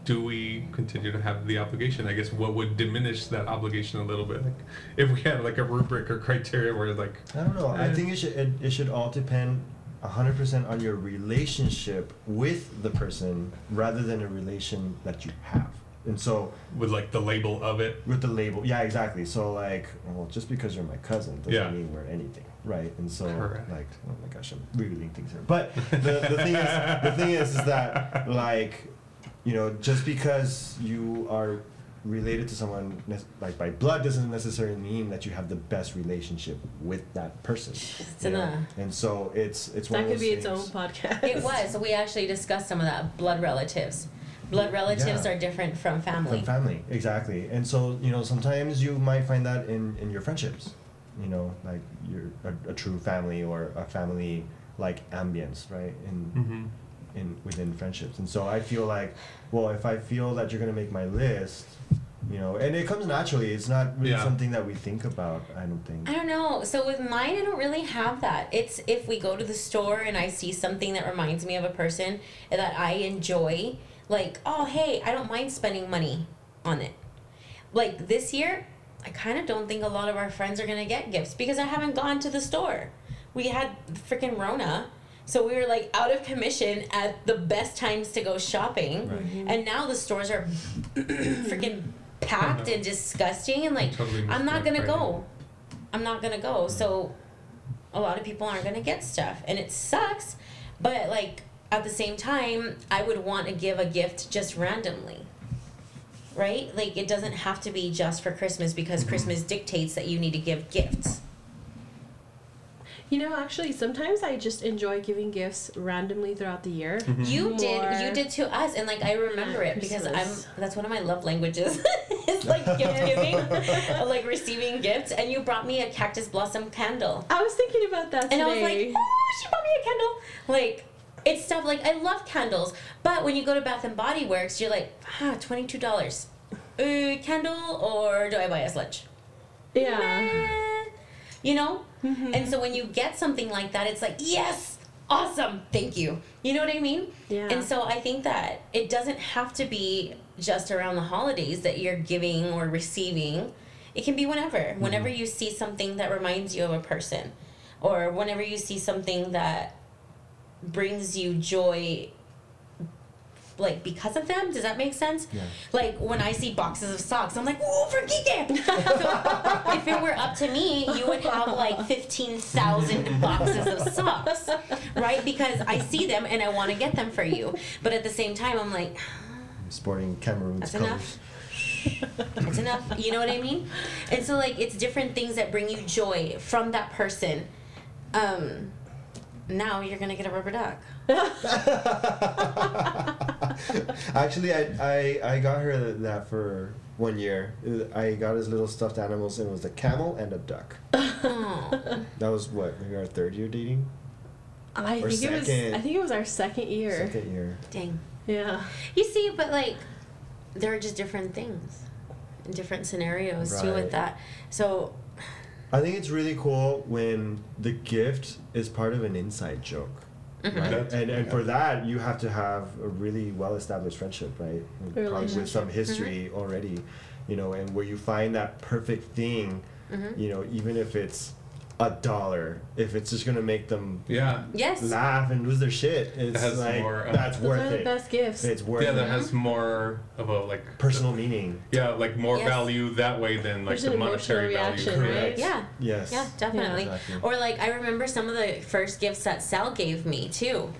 do we continue to have the obligation? I guess what would diminish that obligation a little bit, like if we had like a rubric or criteria where like I don't know. I Uh, think it should it, it should all depend hundred percent on your relationship with the person rather than a relation that you have. And so with like the label of it. with the label, yeah, exactly. So like, well, just because you're my cousin doesn't Yeah. mean we're anything, right? And so Correct. like, oh my gosh, I'm revealing things here. But the, the thing is, the thing is, is that like, you know, just because you are related to someone nec- like by blood doesn't necessarily mean that you have the best relationship with that person. you know? enough. And so it's it's one of That could those be its own things- podcast. It was. We actually discussed some of that. Blood relatives. Blood relatives Yeah. are different from From family. family, exactly. And so, you know, sometimes you might find that in, in your friendships, you know, like your a, a true family or a family like ambience, right? In Mm-hmm. in within friendships. And so I feel like, well, if I feel that you're gonna make my list, you know, and it comes naturally. It's not really Yeah. something that we think about. I don't think. I don't know. So with mine, I don't really have that. It's if we go to the store and I see something that reminds me of a person that I enjoy, like, oh, hey, I don't mind spending money on it. Like this year, I kind of don't think a lot of our friends are going to get gifts because I haven't gone to the store. We had freaking Rona. So we were like out of commission at the best times to go shopping. Right. And now the stores are freaking packed and disgusting and like totally missed I'm not Black gonna Friday. go. I'm not gonna go. So a lot of people aren't gonna get stuff and it sucks, but like at the same time, I would want to give a gift just randomly. Right? Like it doesn't have to be just for Christmas because Christmas dictates that you need to give gifts. You know, actually, sometimes I just enjoy giving gifts randomly throughout the year. Mm-hmm. You did you More. did to us and like I remember it because I'm Christmas. that's one of my love languages. it's like gift giving, like receiving gifts and you brought me a cactus blossom candle. I was thinking about that And today. I was like, oh, she bought me a candle. Like, it's stuff like I love candles, but when you go to Bath and Body Works, you're like, ah, twenty two dollars. Uh, candle or do I buy a sledge? yeah. Eh, You know? And so when you get something like that, it's like, yes, awesome, thank you. You know what I mean? Yeah. And so I think that it doesn't have to be just around the holidays that you're giving or receiving. It can be whenever. Whenever you see something that reminds you of a person, or whenever you see something that brings you joy like because of them does that make sense Yeah. like when i see boxes of socks i'm like oh for Kike! so if it were up to me you would have like 15000 boxes of socks right because i see them and i want to get them for you but at the same time i'm like I'm sporting Cameroon's That's colors. enough. it's enough you know what i mean and so like it's different things that bring you joy from that person um now you're gonna get a rubber duck Actually, I, I, I got her that for one year. I got his little stuffed animals, and it was a camel and a duck. oh. That was what maybe our third year dating, I Or think it was. second. I think it was our second year. second year. dang Yeah. You see, but like, they're just different things. in different scenarios too Right. with that. So I think it's really cool when the gift is part of an inside joke. Mm-hmm. Right? That's- And, and yeah. for that, you have to have a really well established friendship, right? And probably With Mm-hmm. some history already, you know, and where you find that perfect thing, Mm-hmm. you know, even if it's a dollar, if it's just going to make them Yeah. yes, laugh and lose their shit, it's has like, more, uh, that's Those worth are the it. best gifts. It's worth Yeah, that it. has more of a like personal meaning. Yeah, like more Yes. value that way than like There's the an monetary emotional value. reaction, Correct. right? yeah. Yes. Yeah, definitely. Exactly. Or like I remember some of the first gifts that Sal gave me too,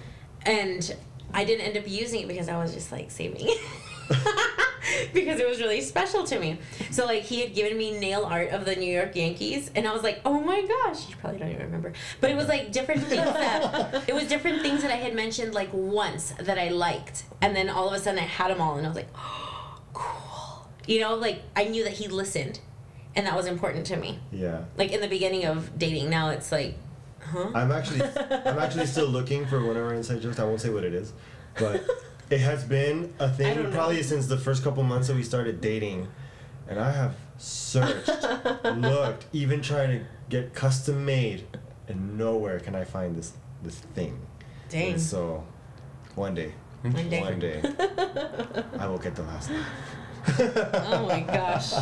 and I didn't end up using it because I was just like saving it because it was really special to me. So like he had given me nail art of the New York Yankees, and I was like, oh my gosh, you probably don't even remember, but it was like different things that it was different things that I had mentioned like once that I liked, and then all of a sudden I had them all, and I was like, "Oh, cool. You know, like I knew that he listened, and that was important to me Yeah. like in the beginning of dating. Now it's like, huh? I'm actually I'm actually still looking for one of our inside jokes. I won't say what it is, but it has been a I thing don't know. probably since the first couple months that we started dating, and I have searched, looked, even trying to get custom made, and nowhere can I find this this thing. Dang. And so, one day, One day. one day, I will get the last. laugh. Oh my gosh.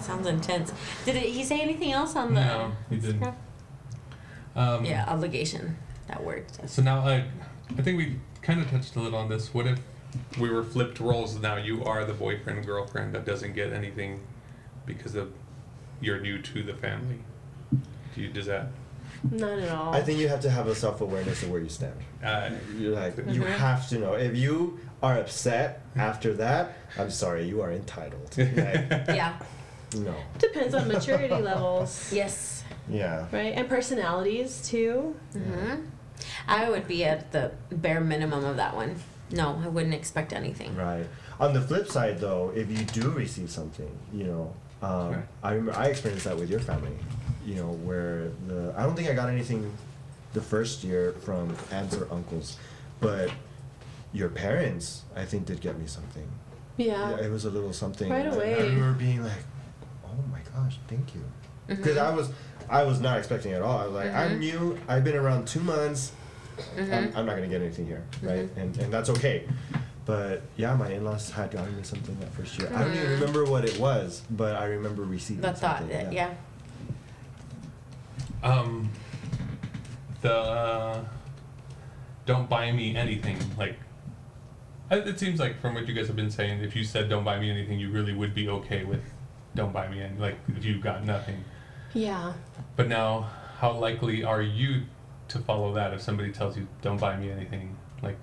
Sounds intense. Did it, he say anything else on the? No, he didn't. scrap? Um, Yeah, obligation. That word. So now I, I think we kind of touched a little on this. What if we were flipped roles? and Now you are the boyfriend girlfriend that doesn't get anything because of you're new to the family. Do you does that? Not at all. I think you have to have a self awareness of where you stand. Uh, You're like you have to know. If you are upset after that, I'm sorry, you are entitled. Like, Yeah. no. Depends on maturity levels, Yes. Yeah. right? And personalities too. Mm-hmm. I would be at the bare minimum of that one. No, I wouldn't expect anything. Right. On the flip side, though, if you do receive something, you know, um, Right. I remember I experienced that with your family. You know, where the I don't think I got anything the first year from aunts or uncles, but your parents, I think, did get me something. Yeah. Yeah, it was a little something. Right and I away. remember being like, "Oh my gosh, thank you," Mm-hmm. because I was, I was not expecting it at all. I was like, "I'm new. I've been around two months. Mm-hmm. I'm, I'm not gonna get anything here, right?" And and that's okay. But yeah, my in-laws had gotten me something that first year. I don't even remember what it was, but I remember receiving Mm-hmm. The thought uh, something, that yeah. yeah. um, the uh, don't buy me anything like. I- It seems like from what you guys have been saying, if you said "don't buy me anything," you really would be okay with "don't buy me anything." Like if you got nothing, Yeah. But now, how likely are you to follow that if somebody tells you, "Don't buy me anything"? Like,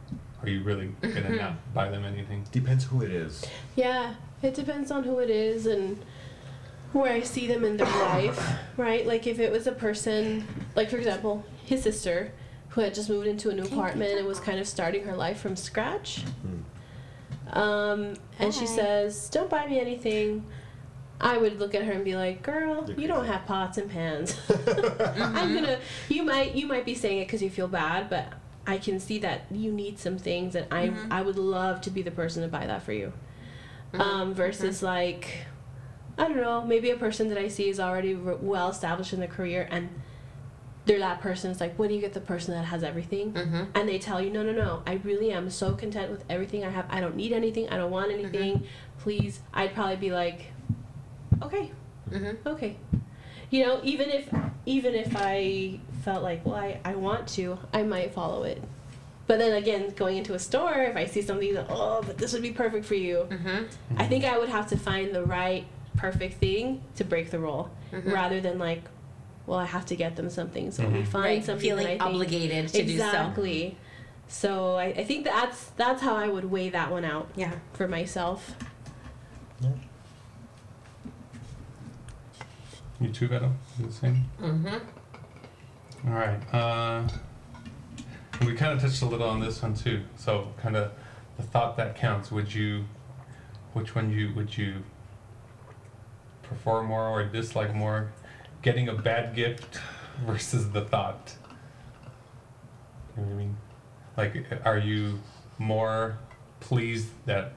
are you really gonna not buy them anything? Depends who it is. Yeah, it depends on who it is and where I see them in their life, right? Like if it was a person, like for example, his sister, who had just moved into a new you apartment and was talk? kind of starting her life from scratch. Hmm. Um, and she Hi. says, "Don't buy me anything." I would look at her and be like, "Girl, You're you don't crazy." have pots and pans." I'm gonna. You might. You might be saying it because you feel bad, but I can see that you need some things, and I. I would love to be the person to buy that for you. Um, versus like, I don't know, maybe a person that I see is already re- well established in their career, and they're that person. It's like, when do you get the person that has everything? Mm-hmm. And they tell you, no, no, no, I really am so content with everything I have. I don't need anything. I don't want anything. Please, I'd probably be like, okay, Mm-hmm. okay, you know even if even if i felt like well I, I want to i might follow it but then again going into a store if i see something that oh but this would be perfect for Mm-hmm. you i think i would have to find the right perfect thing to break the rule Mm-hmm. rather than like well i have to get them something so let me find Right. something that I Feeling think- obligated to do exactly so I, I think that's that's how i would weigh that one out so. Yeah. for myself You too, Veto? Is it the same? Mm-hmm. All right. Uh, we kind of touched a little on this one too. So, kind of the thought that counts. Would you? Which one you would you prefer more or dislike more? Getting a bad gift versus the thought. You know what I mean? Like, are you more pleased that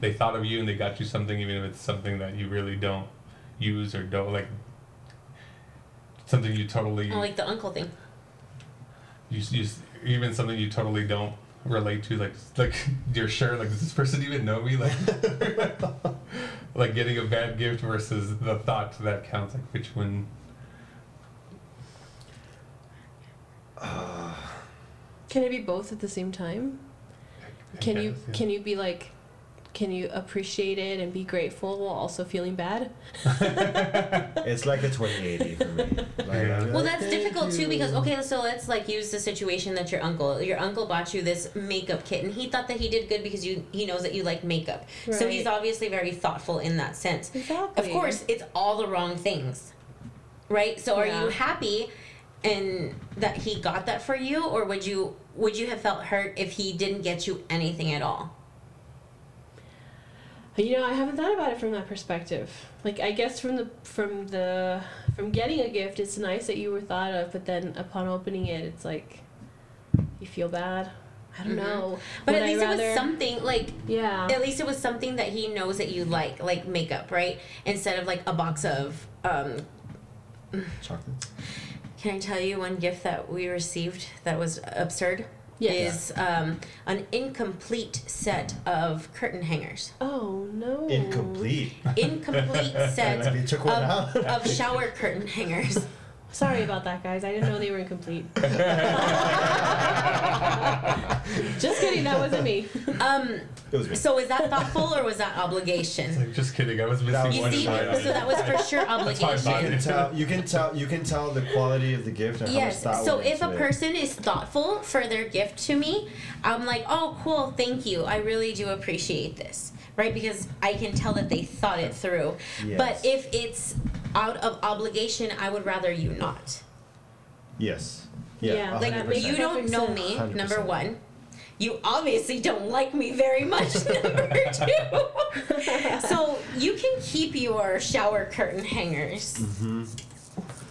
they thought of you and they got you something, even if it's something that you really don't use or don't like. Something you totally Oh, like the uncle thing. you, you even something you totally don't relate to like like your shirt like does this person even know me like like getting a bad gift versus the thought that counts like which one Can it be both at the same time? I Can you guess, yeah. can you be like can you appreciate it and be grateful while also feeling bad? It's like a 2080 for me. Like, Yeah. I'm Well, like, that's "Thank difficult too you." because okay, so let's like use the situation that your uncle, your uncle bought you this makeup kit, and he thought that he did good because you he knows that you like makeup, so Right. he's obviously very thoughtful in that sense. Exactly. Of course, it's all the wrong things, right? So, are you Yeah. happy and that he got that for you, or would you would you have felt hurt if he didn't get you anything at all? You know, I haven't thought about it from that perspective. Like I guess from the from the from getting a gift, it's nice that you were thought of, but then upon opening it, it's like you feel bad. I don't Mhm. know. But at Would I least it rather- was something like Yeah. at least it was something that he knows that you like, like makeup, right? Instead of like a box of um, Chocolates. Can I tell you one gift that we received that was absurd? Yes. Is um, an incomplete set of curtain hangers. Oh no. Incomplete. Incomplete And set then you took one out. of, of shower curtain hangers. Sorry about that, guys. I didn't know they were incomplete. Just kidding. That wasn't me. Um, It was me. so is that thoughtful or was that It's obligation? like just kidding I was missing That was You one see, so shot. that was for sure why I bought obligation. You can tell. You can tell. You can tell the quality of the gift and Yes. how much thought So went if a into it. person is thoughtful for their gift to me, I'm like, oh, cool, thank you. I really do appreciate this, right? Because I can tell that they thought it through. Yes. But if it's out of obligation, I would rather you not. yes, yeah, Yeah, a Like hundred you percent. don't know me, 100%. number one. You obviously don't like me very much, number two. so you can keep your shower curtain hangers.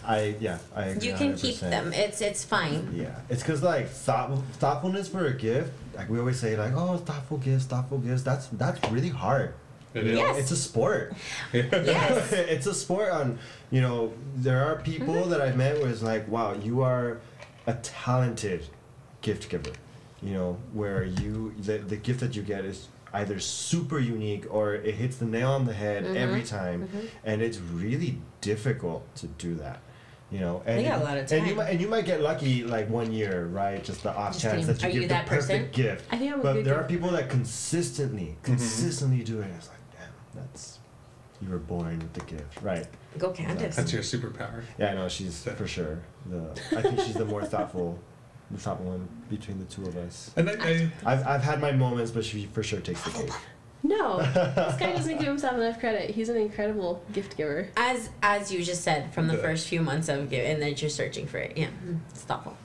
I yeah, I agree You can keep 100%. them. It's it's fine. Yeah, it's because like thought, thoughtfulness for a gift. Like we always say, like oh, thoughtful gifts, thoughtful gifts. That's that's really hard. It You know, Yes. it's a sport. Yes. Mm-hmm. it's a sport on you know there are people that i met where it's like wow you are a talented gift giver you know where you the, the gift that you get is either super unique or it hits the nail on the head Mm-hmm. every time and it's really difficult to do that you know and, got a lot of and you time. might and you might get lucky like one year right just the off Just chance kidding. that you Are give you the that perfect person? gift I think I'm a but good there are gift people that consistently Mm-hmm. consistently do it and it's like damn that's you were born with the gift, right? Go Candace. That's your superpower Yeah, I know she's for sure the. I think she's the more thoughtful, the thoughtful one between the two of us. and I, I, I've, I've had my moments, but she for sure takes the cake. No, this guy doesn't give himself enough credit. He's an incredible gift giver. As as you just said, from the The- first few months of giving, and then you're searching for it. Yeah, Mm-hmm. it's thoughtful.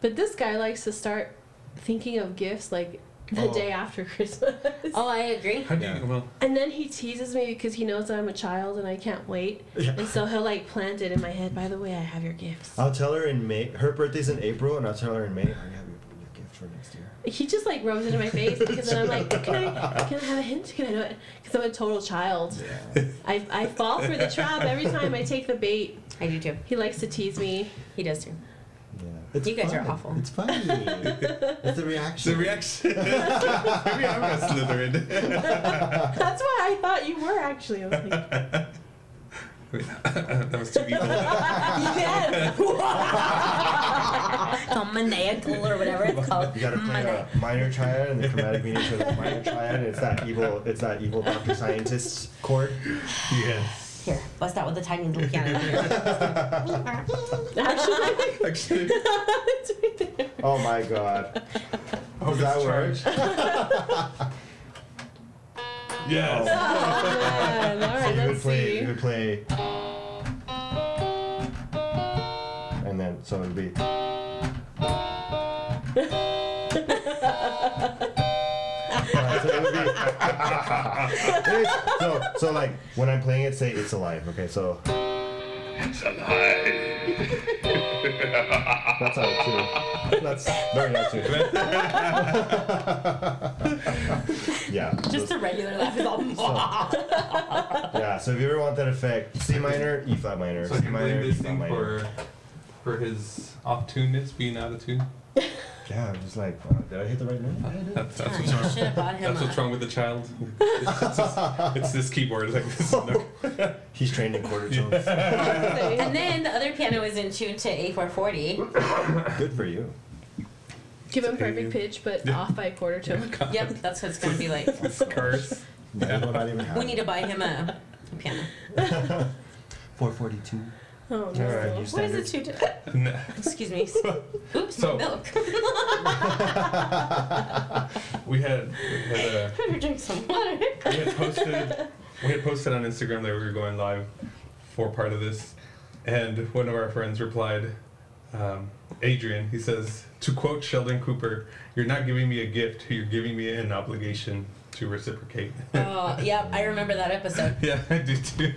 But this guy likes to start thinking of gifts like the Oh. day after Christmas. Oh, I agree. how do Yeah. you well And then he teases me because he knows that I'm a child and I can't wait. And so he'll like plant it in my head. By the way, I have your gifts. I'll tell her in May. Her birthday's in April, and I'll tell her in May. I have your, your gift for next year. He just like rubs it in my face because then I'm like, can I, can I have a hint? Can I know it? Because I'm a total child. Yeah. I, I fall for the trap every time I take the bait. I do too. He likes to tease me. He does too. yeah. It's You guys are fun. awful. It's funny. it's a it's reaction. the reaction maybe I'm a Slytherin That's why I thought you were actually. I was like, Wait, that was too evil It's called maniacal or whatever it's called. You gotta play Mani- a minor triad and the chromatic meaning for the minor triad. It's that evil. It's that evil doctor scientist chord. yes Here, bust out with the tiny little piano. actually, actually it's right there. Oh my god. oh, Does that work? yes Man, all right, you would let's play. see. You would play. And then so it would be. Alright, so, it would be It's- so, so like when I'm playing it, say it's alive. Okay, so It's alive. That's how it too. That's very how too. yeah. Just so- the regular laugh is all. yeah. So if you ever want that effect, C minor, E flat minor, So I C can blame minor, E this flat thing minor. for for his off-tuneness, being out of tune. Yeah, I'm just like, wow, did I hit the right note? Yeah, I did. That's, that's, what's, I wrong. should have bought him that's what's a- wrong with the child. It's, it's this, it's this keyboard. Like this. He's trained in quarter tones. And then the other piano is in tune to A440. Good for you. Give him Hey. perfect pitch, but Yeah. off by a quarter tone. Yep, that's what it's gonna be like. This curse. That will not even happen. We need to buy him a, a piano. 442. Oh All right, no. you What is standard. it tuned to? No. Excuse me. Oops, So- my milk. We had we had a. Better drink some water. we had posted we had posted on Instagram that we were going live for part of this, and one of our friends replied, um, Adrian. He says, "To quote Sheldon Cooper, you're not giving me a gift; you're giving me an obligation to reciprocate." Oh, yeah, I remember that episode. yeah, I do too.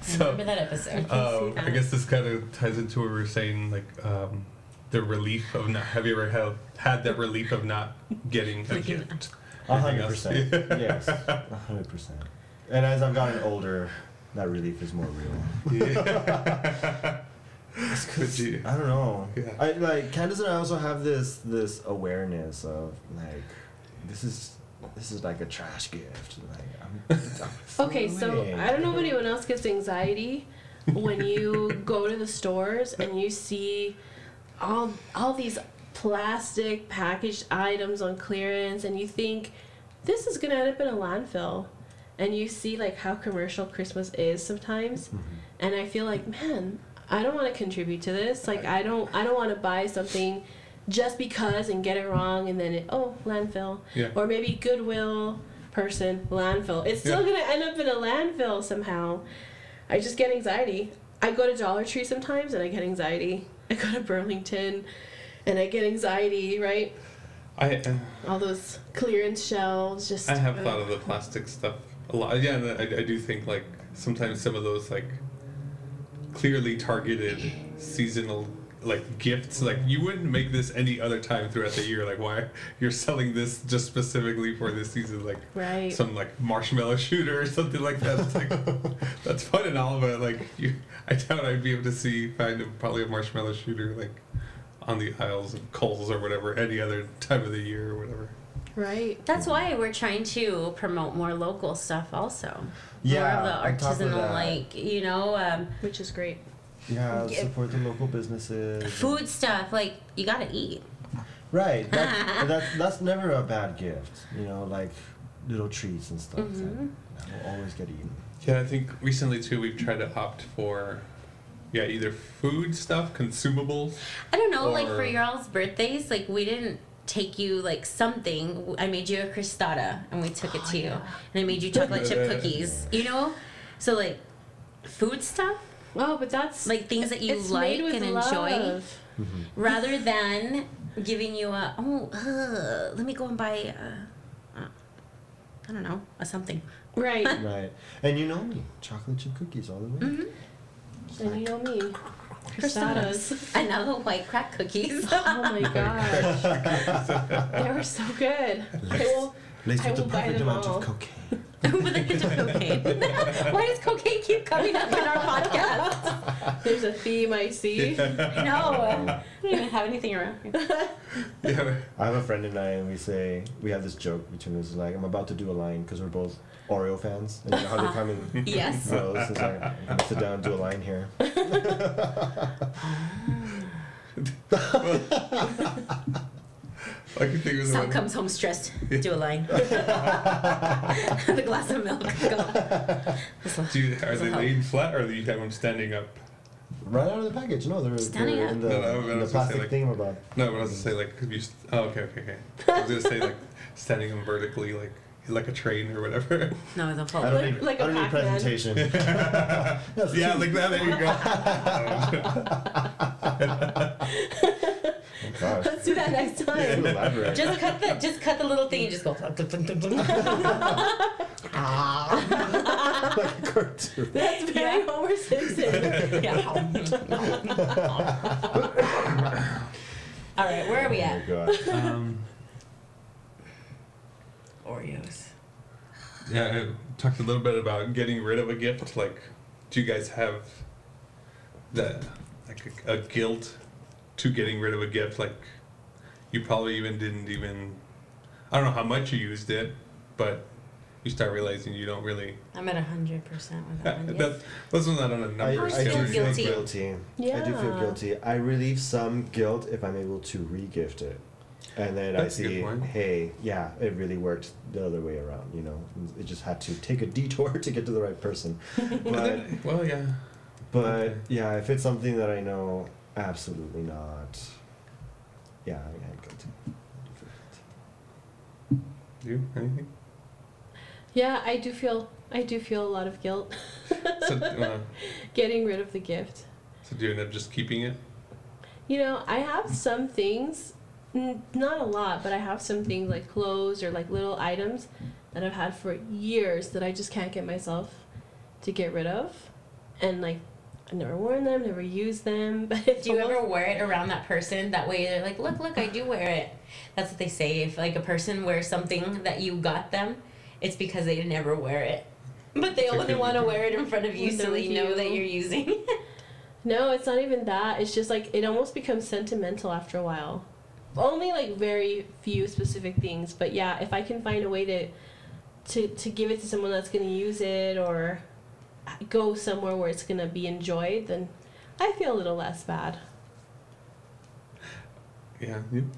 So remember that episode. um, I guess this kind of ties into what we were saying, like um, the relief of not. Have you ever had had that relief of not getting a Freaking gift? A Anything hundred else? percent. Yes, a hundred percent. And as I've gotten older, that relief is more real. Yeah. It's 'cause- Could you- I don't know. Yeah. I like Candace and I also have this this awareness of like this is this is like a trash gift. Like I'm, I'm Okay, so throwing it. I don't know if anyone else gets anxiety when you go to the stores and you see all all these plastic packaged items on clearance and you think this is gonna end up in a landfill and you see like how commercial Christmas is sometimes and I feel like man I don't want to contribute to this like I don't I don't want to buy something just because and get it wrong and then it oh landfill Yeah. or maybe goodwill person landfill it's still Yeah. gonna end up in a landfill somehow I just get anxiety I go to Dollar Tree sometimes and I get anxiety I go to Burlington and I get anxiety right I. Uh, all those clearance shelves just I have uh, thought of the plastic stuff a lot. Yeah, and I, I do think like sometimes some of those like clearly targeted seasonal like gifts like you wouldn't make this any other time throughout the year like why you're selling this just specifically for this season like right some like marshmallow shooter or something like that it's like that's fun and all but like you i doubt i'd be able to see find a, probably a marshmallow shooter like on the aisles of coles or whatever any other time of the year or whatever right That's why we're trying to promote more local stuff, also. Yeah, More on of the top of artisanal, that. like, you know, um, which is great yeah Yeah. support the local businesses. food stuff. Like, you gotta eat. Right. That's, that's that's never a bad gift. You know, like little treats and stuff Mm-hmm. that, that will always get eaten. Yeah, I think recently too we've tried to opt for yeah, either food stuff, consumables. I don't know, like, for Or- your all's birthdays, like, we didn't take you, like, something. I made you a crostata, and we took it Oh, to you. And I made you chocolate chip Yeah. cookies, you know? So, like, food stuff, oh but that's like, things that you it's like made with and enjoy. love. Mm-hmm. rather than giving you a oh uh, let me go and buy uh, uh, I don't know a something. right Right. And you know me, chocolate chip cookies all the way. Mm-hmm. and Mm-hmm. you know me croissadas I love the white crack cookies. oh my gosh they were so good I will, Laced I with the will buy perfect them amount all. of cocaine. With a hint of cocaine. Why does cocaine keep coming up in our podcast? there's a theme I see No, we don't even have anything around. Here. Yeah. I have a friend and I, and we say we have this joke between us. Like I'm about to do a line because we're both Oreo fans, and you know how they come in Yes. rows. It's like I'm gonna sit down and do a line here. Ah. I can think of Son someone. comes home stressed. Do a line. the glass of milk. Go. Do you, are they laying flat or do you have them standing up? Right out of the package. No, they're, Standing they're up. in the, No, no, I was in the gonna say, plastic like- thing about. No, but I was gonna say like could you st- oh okay, okay, okay. I was gonna say like standing them vertically like like a train or whatever. No, the I fall. don't Like- need, like I a don't need Pac-Man. presentation. That's yeah, cute. like that there you go. Oh, gosh. let's do that next Too time elaborate. Just cut the just cut the little thing and just go. Ah. like a cartoon. that's very Homer Simpson yeah. Oh god. Um, Oreos. yeah, I talked a little bit about getting rid of a gift. Like, do you guys have that like a, a guilt to getting rid of a gift? Like, you probably even didn't even. I don't know how much you used it, but you start realizing you don't really. I'm at 100% with Uh, that one. That's that's not on a number. I, I I feel do feel guilty. guilty. I do feel Yeah. guilty. I relieve some guilt if I'm able to re-gift it. And then That's a I good see, point. hey, yeah, it really worked the other way around. You know, it just had to take a detour to get to the right person. But well, yeah. But Okay. yeah, if it's something that I know, absolutely not. Yeah, I am guilty. You anything? Yeah, I do feel I do feel a lot of guilt So, uh, getting rid of the gift. so do you end up just keeping it? You know, I have some things, n- not a lot, but I have some things like clothes or like little items that I've had for years that I just can't get myself to get rid of, and like I've never worn them, never used them. But it's Do you almost- ever wear it around that person? That way they're like, look, look, I do wear it. That's what they say. If like a person wears something that you got them, it's because they never wear it. But they It's a only good- want to wear it in front of you With so they you. know that you're using it. No, it's not even that. It's just like it almost becomes sentimental after a while. Only like very few specific things, but yeah, if I can find a way to to to give it to someone that's going to use it or go somewhere where it's going to be enjoyed, then I feel a little less bad. Yeah. You?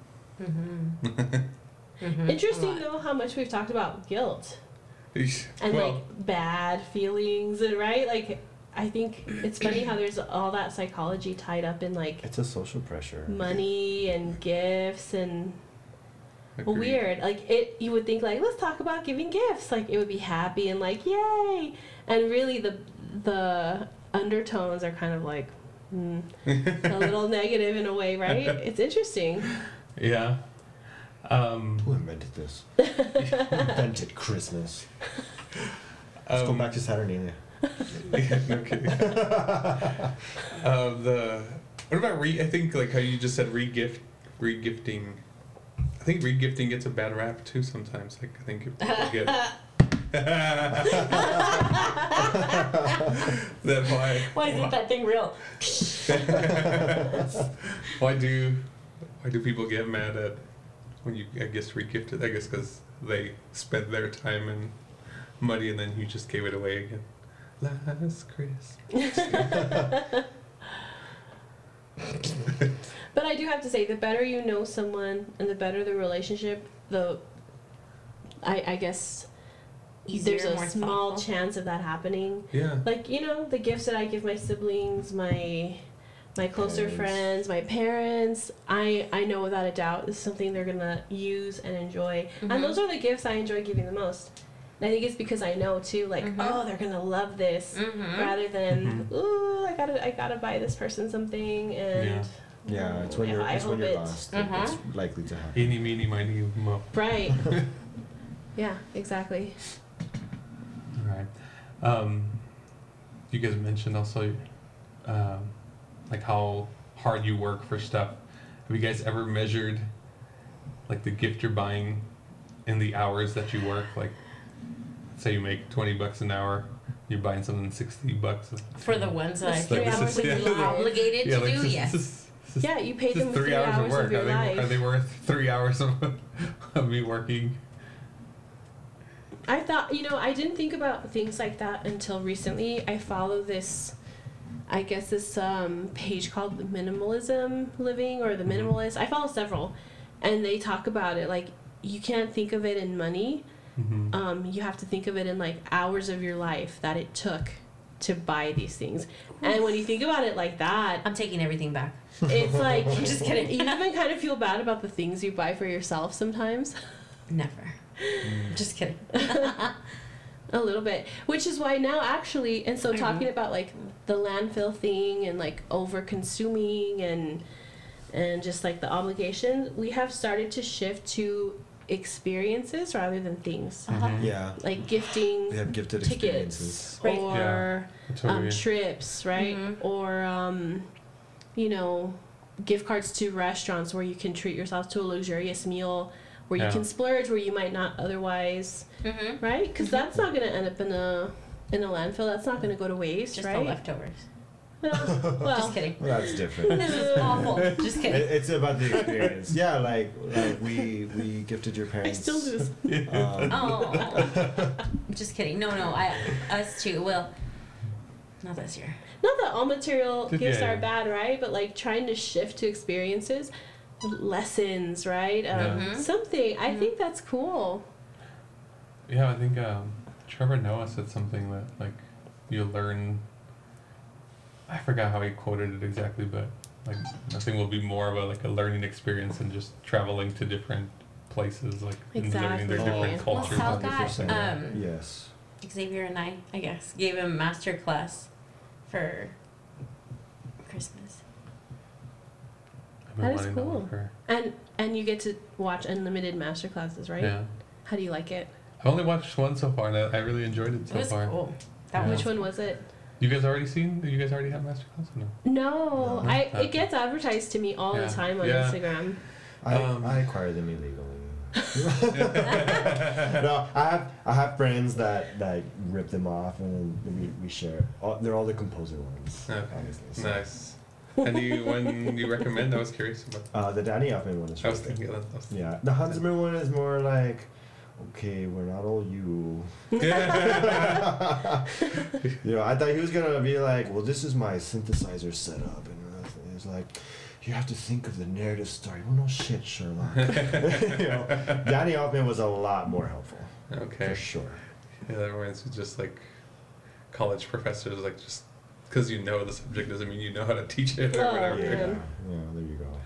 Mm-hmm. Interesting a though how much we've talked about guilt and well, like bad feelings and right? Like I think it's funny how there's all that psychology tied up in like It's a social pressure. money and gifts and Well, agreed. weird. Like it, you would think like let's talk about giving gifts. Like it would be happy and like yay. And really, the the undertones are kind of like mm, a little negative in a way, right? It's interesting. Yeah. Um, Who invented this? Who invented Christmas? Let's go um, back to Saturnalia. yeah, no kidding. uh, the what about re? I think like how you just said re-gift, re-gifting. I think re-gifting gets a bad rap too sometimes. Like I think it people get. That's why. Why isn't that thing real? why do why do people get mad at when you I guess re-gift it? I guess because they spent their time and money and then you just gave it away again. Last Christmas. But I do have to say, the better you know someone and the better the relationship, the I, I guess Easier, there's more a small thoughtful. chance of that happening. Yeah. like you know the gifts that i give my siblings my my closer Parents. friends my parents i i know without a doubt this is something they're gonna use and enjoy Mhm. Mm-hmm. and those are the gifts i enjoy giving the most and i think it's because i know too like Mm-hmm. Mhm. oh they're gonna love this Mm-hmm. rather than ooh i gotta i gotta buy this person something and Yeah. Yeah, "Ooh, it's when you're I it's when hope you're it-" Mm-hmm. lost. Mhm. It's likely to happen. Any, meeny, miny, mo. right yeah exactly All right. Um, you guys mentioned also, um, like how hard you work for stuff. Have you guys ever measured, like the gift you're buying, in the hours that you work? Like, say you make twenty bucks an hour, you're buying something sixty bucks. For the ones that I It's feel three hours of absolutely your life. obligated to do, this- yes. this- this- yeah you pay this is them with three hours, of, work. your are, they, life are they worth three hours of, of me working? I thought, you know, I didn't think about things like that until recently. I follow this, I guess, this um, page called the Minimalism Living or the Minimalist. I follow several, and they talk about it. Like, you can't think of it in money. Mhm. Um, you have to think of it in like hours of your life that it took to buy these things. And when you think about it like that, I'm taking everything back. it's like I'm just kidding. You even kind of feel bad about the things you buy for yourself sometimes. Never. Mm. Just kidding. A little bit, which is why now actually, and so talking about like the landfill thing and like over consuming and and just like the obligation, we have started to shift to experiences rather than things Mm-hmm. Yeah, like gifting we have gifted Tickets. experiences. Right. or That's what um, we- trips, right? Mhm. Or um, you know, gift cards to restaurants where you can treat yourself to a luxurious meal, where Yeah. you can splurge, where you might not otherwise, Mm-hmm. right? Because that's not going to end up in a in a landfill. That's not going to go to waste, Just the right? leftovers. Well, well, Just kidding. Well, that's different. This is awful. Just It- kidding. it's about the experience. Yeah, like, like we we gifted your I parents. still do. this. Um, Oh, just kidding. No, no, I, us too. Well, not this year. Not that all material Yeah, gifts yeah. are bad, right? But like trying to shift to experiences, lessons, right? Um, Yeah. Mhm. Something. I think that's cool. Yeah, I think um, Trevor Noah said something that like you learn. I forgot how he quoted it exactly, but like nothing will be more of a like a learning experience than just traveling to different places, like and learning their Exactly. different Well, cultures. Sal on the got first thing, yeah. um, yes. Xavier and I, I guess, gave him a master class for Christmas. I've been That is wanting one cool. for- And and you get to watch unlimited master classes, right? Yeah, How do you like it? I've only watched one so far, and I, I really enjoyed it It so was far. cool. That Yeah. was Which one was it? You guys already seen? You guys already have masterclass or no? No, I Okay. it gets advertised to me all Yeah. the time on Yeah. Instagram. I, Um, I acquired them illegally. no, I have I have friends that that rip them off, and then we, we share. All, they're all the composer ones, Okay. honestly. So, Nice. and you, when you recommend, I was curious about. Uh, the Danny Elfman one is I was really thinking good. about those. Yeah, the Hans Zimmer one is more like, okay, we're not all you. you know, I thought he was gonna be like, well, this is my synthesizer setup, and it's like, you have to think of the narrative story. Well, no shit, Sherlock. you know, Danny Elfman was a lot more helpful Okay. for sure. Yeah, that reminds me just like college professors, like just because you know the subject doesn't mean you know how to teach it or Oh, Yeah, whatever. Okay. yeah, there you go.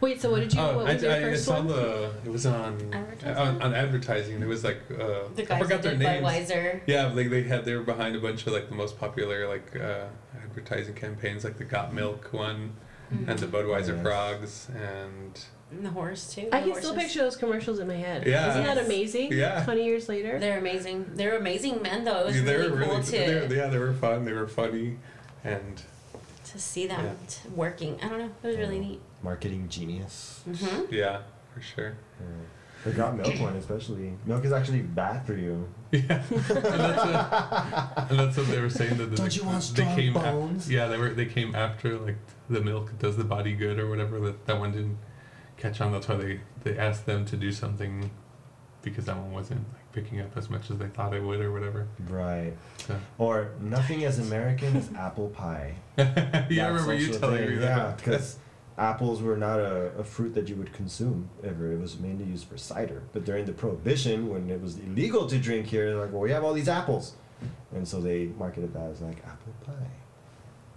Wait, so what did you? Oh, what I, was your I, first it's on one? the. It was on Advertising? on, on advertising. It was like uh, the I guys that forgot their did by names. Wiser. Yeah, like they had they were behind a bunch of like the most popular like uh, advertising campaigns, like the Got Milk one, Mm-hmm. and the Budweiser Yes. frogs, and And the horse too. I the can still horses. picture those commercials in my head. Yeah. Isn't that Yes. amazing? Yeah. Twenty years later. They're amazing. They're amazing men though. It was they really, were cool they to were- yeah they were fun, they were funny, and to see them t- working. I don't know. It was really neat. Marketing genius. hmm yeah for sure. Yeah. The got milk one especially. Milk is actually bad for you. Yeah, and that's, what, and that's what they were saying that the, Don't you want they strong came af- bones? yeah, they were they came after like the milk does the body good or whatever. That that one didn't catch on. That's why they they asked them to do something because that one wasn't like picking up as much as they thought it would or whatever. Right. So. Or nothing as American as apple pie. yeah, I remember you telling me that. Yeah, because apples were not a, a fruit that you would consume ever. It was mainly used for cider. But during the Prohibition, when it was illegal to drink here, they're like, well, we have all these apples. And so they marketed that as like apple pie.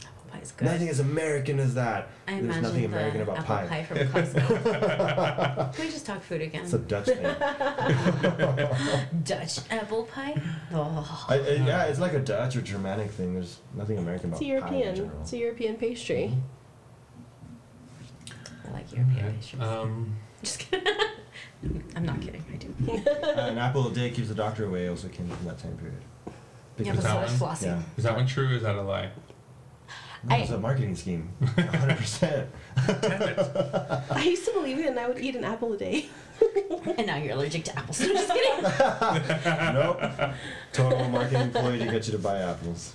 Apple pie is good. Nothing as American as that. I There's imagine nothing the American about apple pie. pie, from Costco. Can we just talk food again? It's a Dutch thing. Dutch apple pie. Oh. I, I, yeah, it's like a Dutch or Germanic thing. There's nothing American about It's a pie in European. general. Hmm? It's a European pastry. I like European pastries. Um, Just kidding. I'm not kidding. I do. An apple a day keeps the doctor away. Also came from that time period. Yeah, but but that so is one? flossing. Yeah. is that one true? Or is that a lie? No, I- it's a marketing scheme. 100. percent I used to believe it, and I would eat an apple a day. And now you're allergic to apples. I'm just kidding. Nope. Total marketing ploy to get you to buy apples.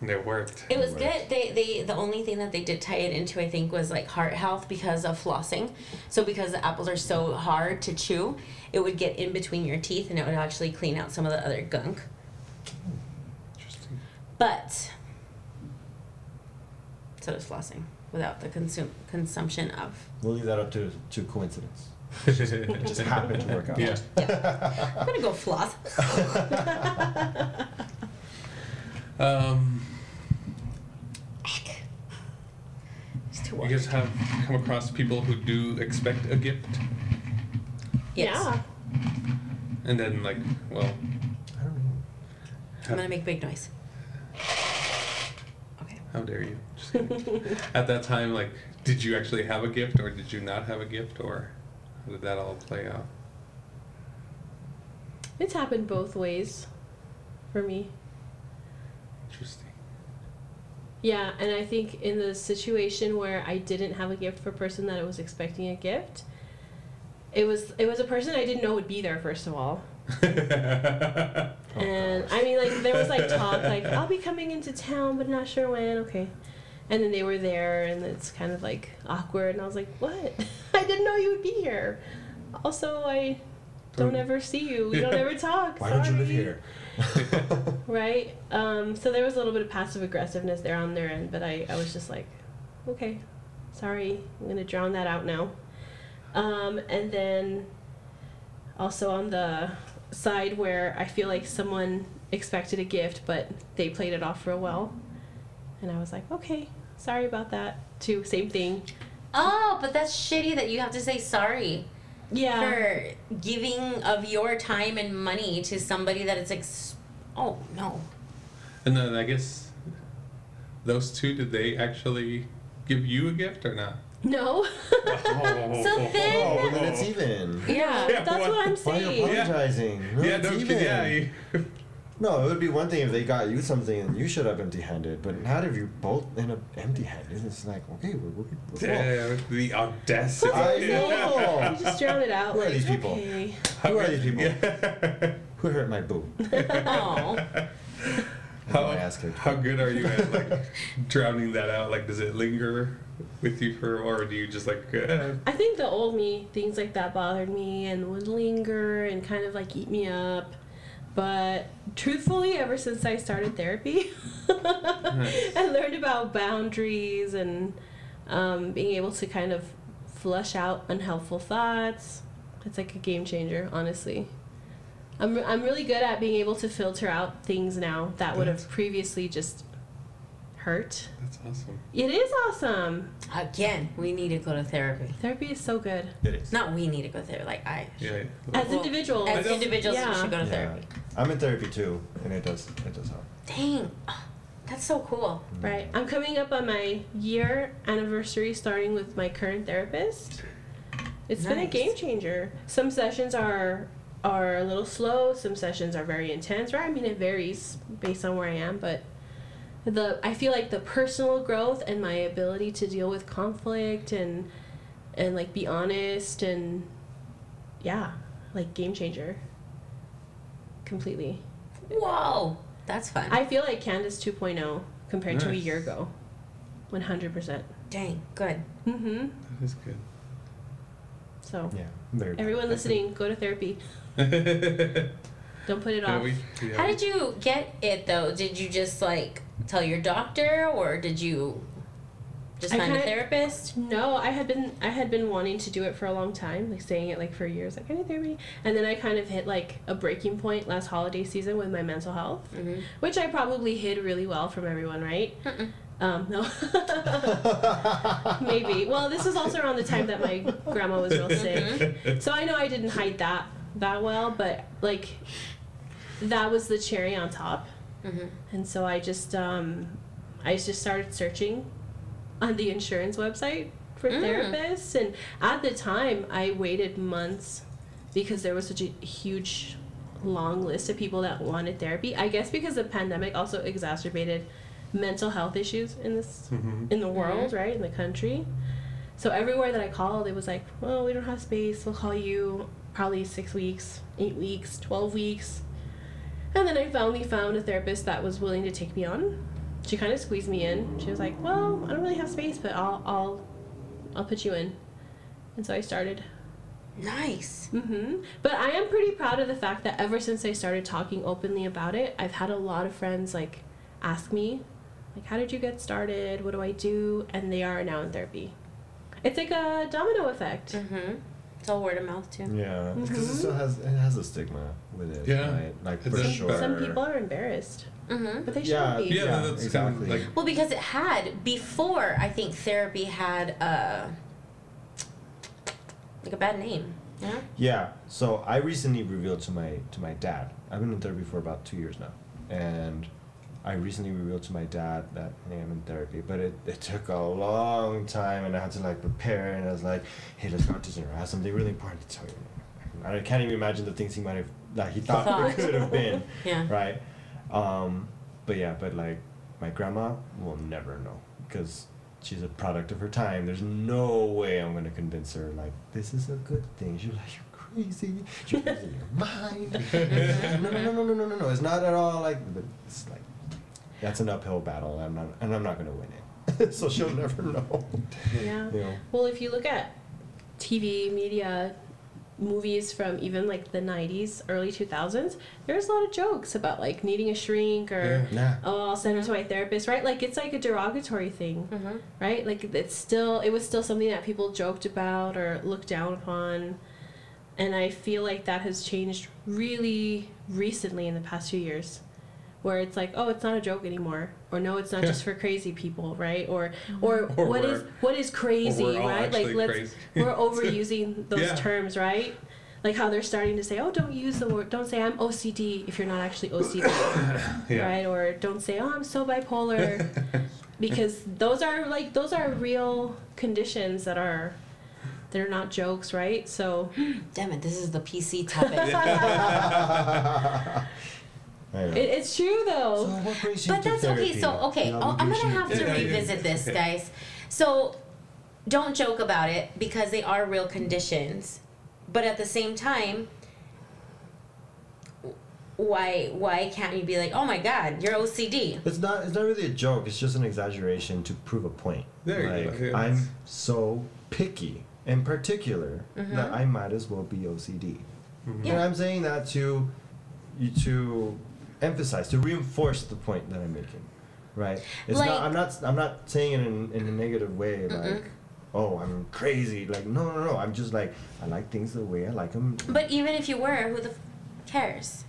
And it worked. It was Right. good. They, they the only thing that they did tie it into I think was like heart health because of flossing. So because the apples are so hard to chew, it would get in between your teeth and it would actually clean out some of the other gunk. Interesting. But so does flossing without the consum- consumption of. We'll leave that up to to coincidence. It just happened to work out. yeah. I'm gonna go floss. Um, It's too you warm. guys have come across people who do expect a gift, Yes. Yeah. and then like, well, I don't know. I'm gonna make big noise. Okay. how dare you? Just kidding. At that time, like, did you actually have a gift, or did you not have a gift, or how did that all play out? It's happened both ways for me. Interesting. Yeah, and I think in the situation where I didn't have a gift for a person that I was expecting a gift, it was it was a person I didn't know would be there first of all. Oh, and I mean, like there was like talk, like I'll be coming into town, but not sure when. Okay, and then they were there, and it's kind of like awkward. And I was like, "What? I didn't know you would be here." Also, I don't Don't- ever see you. We don't ever talk. Why don't you live Sorry. here? Right. Um, so there was a little bit of passive aggressiveness there on their end, but I, I was just like, okay, sorry, I'm gonna drown that out now. Um, and then also on the side where I feel like someone expected a gift, but they played it off real well, and I was like, okay, sorry about that. Too same thing. Oh, but that's shitty that you have to say sorry Yeah. for giving of your time and money to somebody that it's like, s- oh no. And then I guess those two, did they actually give you a gift or not? No. So then- Oh, then it's even. Yeah. That's what I'm Why are saying. you apologizing? No, Yeah, it's no, even. yeah. you- No, it would be one thing if they got you something and you showed up empty-handed, but not if you both end up empty-handed. It's like, okay, we're, we're, we're full. Damn, the audacity. I You know. just drown it out. Who are like, these people? okay. Who are these people? Yeah. Who hurt my boo? Oh. How, I ask her. how good are you at like drowning that out? Like, does it linger with you for, or do you just like? Uh, I think the old me, things like that bothered me and would linger and kind of like eat me up. But truthfully, ever since I started therapy and learned about boundaries and um, being able to kind of flush out unhelpful thoughts, it's like a game changer, honestly. I'm, I'm really good at being able to filter out things now that would have previously just hurt. that's awesome. It is awesome. Again, we need to go to therapy. Therapy is so good. It is. Not we need to go there. Like I. Yeah. As Well, individuals, As individuals, yeah. we should go to Yeah. therapy. I'm in therapy too, and it does it does help. Mm. Dang, that's so cool. Right. I'm coming up on my year anniversary starting with my current therapist. It's been a Nice. game changer. Some sessions are are a little slow, some sessions are very intense, right? I mean it varies based on where I am, but the I feel like the personal growth and my ability to deal with conflict and and like be honest and yeah, like game changer. Completely. Whoa, that's fun. I feel like Candace 2.0 compared to a Nice. year ago. 100%. Dang, good. Mm-hmm. That is good. So, Yeah, I'm very. everyone listening, go to therapy. Don't put it Yeah, off. we- yeah. How did you get it though? Did you just like tell your doctor, or did you just I find a kinda- therapist? no, I had been I had been wanting to do it for a long time, like saying it like for years, like I need therapy, and then I kind of hit like a breaking point last holiday season with my mental health, Mhm. which I probably hid really well from everyone, right? Mm-mm. Um, no, maybe. Well, this was also around the time that my grandma was real sick, So I know I didn't hide that that well, but like that was the cherry on top. Mhm. And so I just um, I just started searching on the insurance website for Mm. therapists, and at the time I waited months because there was such a huge long list of people that wanted therapy. I guess because the pandemic also exacerbated mental health issues in this Mhm. in the world, right? In the country. So everywhere that I called, it was like, well, we don't have space. We'll call you probably six weeks, eight weeks, 12 weeks. And then I finally found a therapist that was willing to take me on. She kind of squeezed me in. She was like, well, I don't really have space, but I'll, I'll, I'll put you in. And so I started. Nice. hmm But I am pretty proud of the fact that ever since I started talking openly about it, I've had a lot of friends like ask me, like, how did you get started? What do I do? And they are now in therapy. It's like a domino effect. Mm-hmm. It's all word of mouth too. Yeah, because Mm-hmm. it still has it has a stigma with it. Yeah. right? like It's for a- sure. Some people are embarrassed, Mm-hmm. but they Yeah, shouldn't be. Yeah, Yeah, that's exactly. Kind of Well, because it had before. I think therapy had a like a bad name. Yeah. Yeah. So I recently revealed to my to my dad. I've been in therapy for about two years now, and I recently revealed to my dad that hey, I'm in therapy. But it, it took a long time, and I had to like prepare. And I was like, hey, let's go out to dinner. I have something really important to tell you. I can't even imagine the things he might have that he thought, Thought. it could have been. Yeah. Right. Um, but yeah, but like. My grandma will never know because she's a product of her time. There's no way I'm gonna convince her like this is a good thing. She's like, you're crazy. You're losing your mind. no, no, no, no, no, no, no, no. It's not at all like. But it's like that's an uphill battle. I'm not, and I'm not gonna win it. so she'll never know. Yeah. You know. Well, if you look at TV media, movies from even like the '90s, early 2000s, there's a lot of jokes about like needing a shrink or Nah. oh, I'll send her to my therapist, right? Like it's like a derogatory thing, Mm-hmm. right? Like it's still it was still something that people joked about or looked down upon. And I feel like that has changed really recently in the past few years. Where it's like, oh, it's not a joke anymore, or no, it's not Yeah. just for crazy people, right? Or, or, Or what is we're- what is crazy, Or we're all right? Like actually let's crazy. we're overusing those Yeah. terms, right? Like how they're starting to say, "Oh, don't use the word, don't say I'm OCD if you're not actually OCD," right? Or don't say, "Oh, I'm so bipolar," because those are like those are real conditions that are they're not jokes, right? So Damn it, this is the PC topic. it, I know. it's true So though. what brings you but to that's okay. therapy? So okay, An oh, I'm gonna obligation? have to Yeah, yeah. revisit this, guys. So don't joke about it because they are real conditions. But at the same time, why why can't you be like, oh my God, you're OCD? It's not. It's not really a joke. It's just an exaggeration to prove a point. There you like, go, yeah. I'm so picky and particular that I might as well be OCD. Mm-hmm. And Yeah. I'm saying that to, you to emphasize to reinforce the point that I'm making, right? It's Like- not. I'm not. I'm not saying it in, in a negative way. Like, oh, I'm crazy. Like, no, no, no. I'm just like I like things the way I like them. But even if you were, who the f- cares?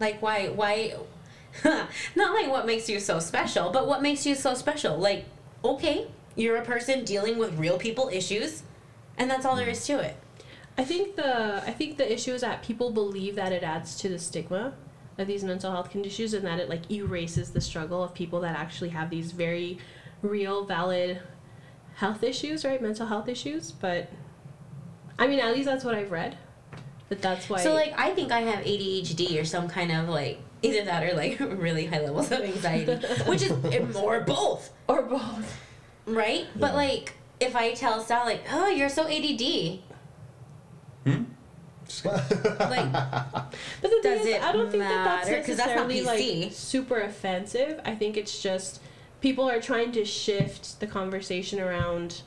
Like why why not like what makes you so special, but what makes you so special? Like, okay, you're a person dealing with real people issues, and that's all there is to it. I think the I think the issue is that people believe that it adds to the stigma of these mental health conditions and that it like erases the struggle of people that actually have these very real valid health issues, right? Mental health issues, but I mean, at least that's what I've read. That that's why So like I think I have ADHD or some kind of like either that or like really high levels of anxiety, which is or both, or both. right? But like if I tell Sal like, "Oh, you're so ADD," Hmm? like But the thing Does is, it I don't think that matter? that's 'Cause that's not necessarily PC. like super offensive. I think it's just people are trying to shift the conversation around,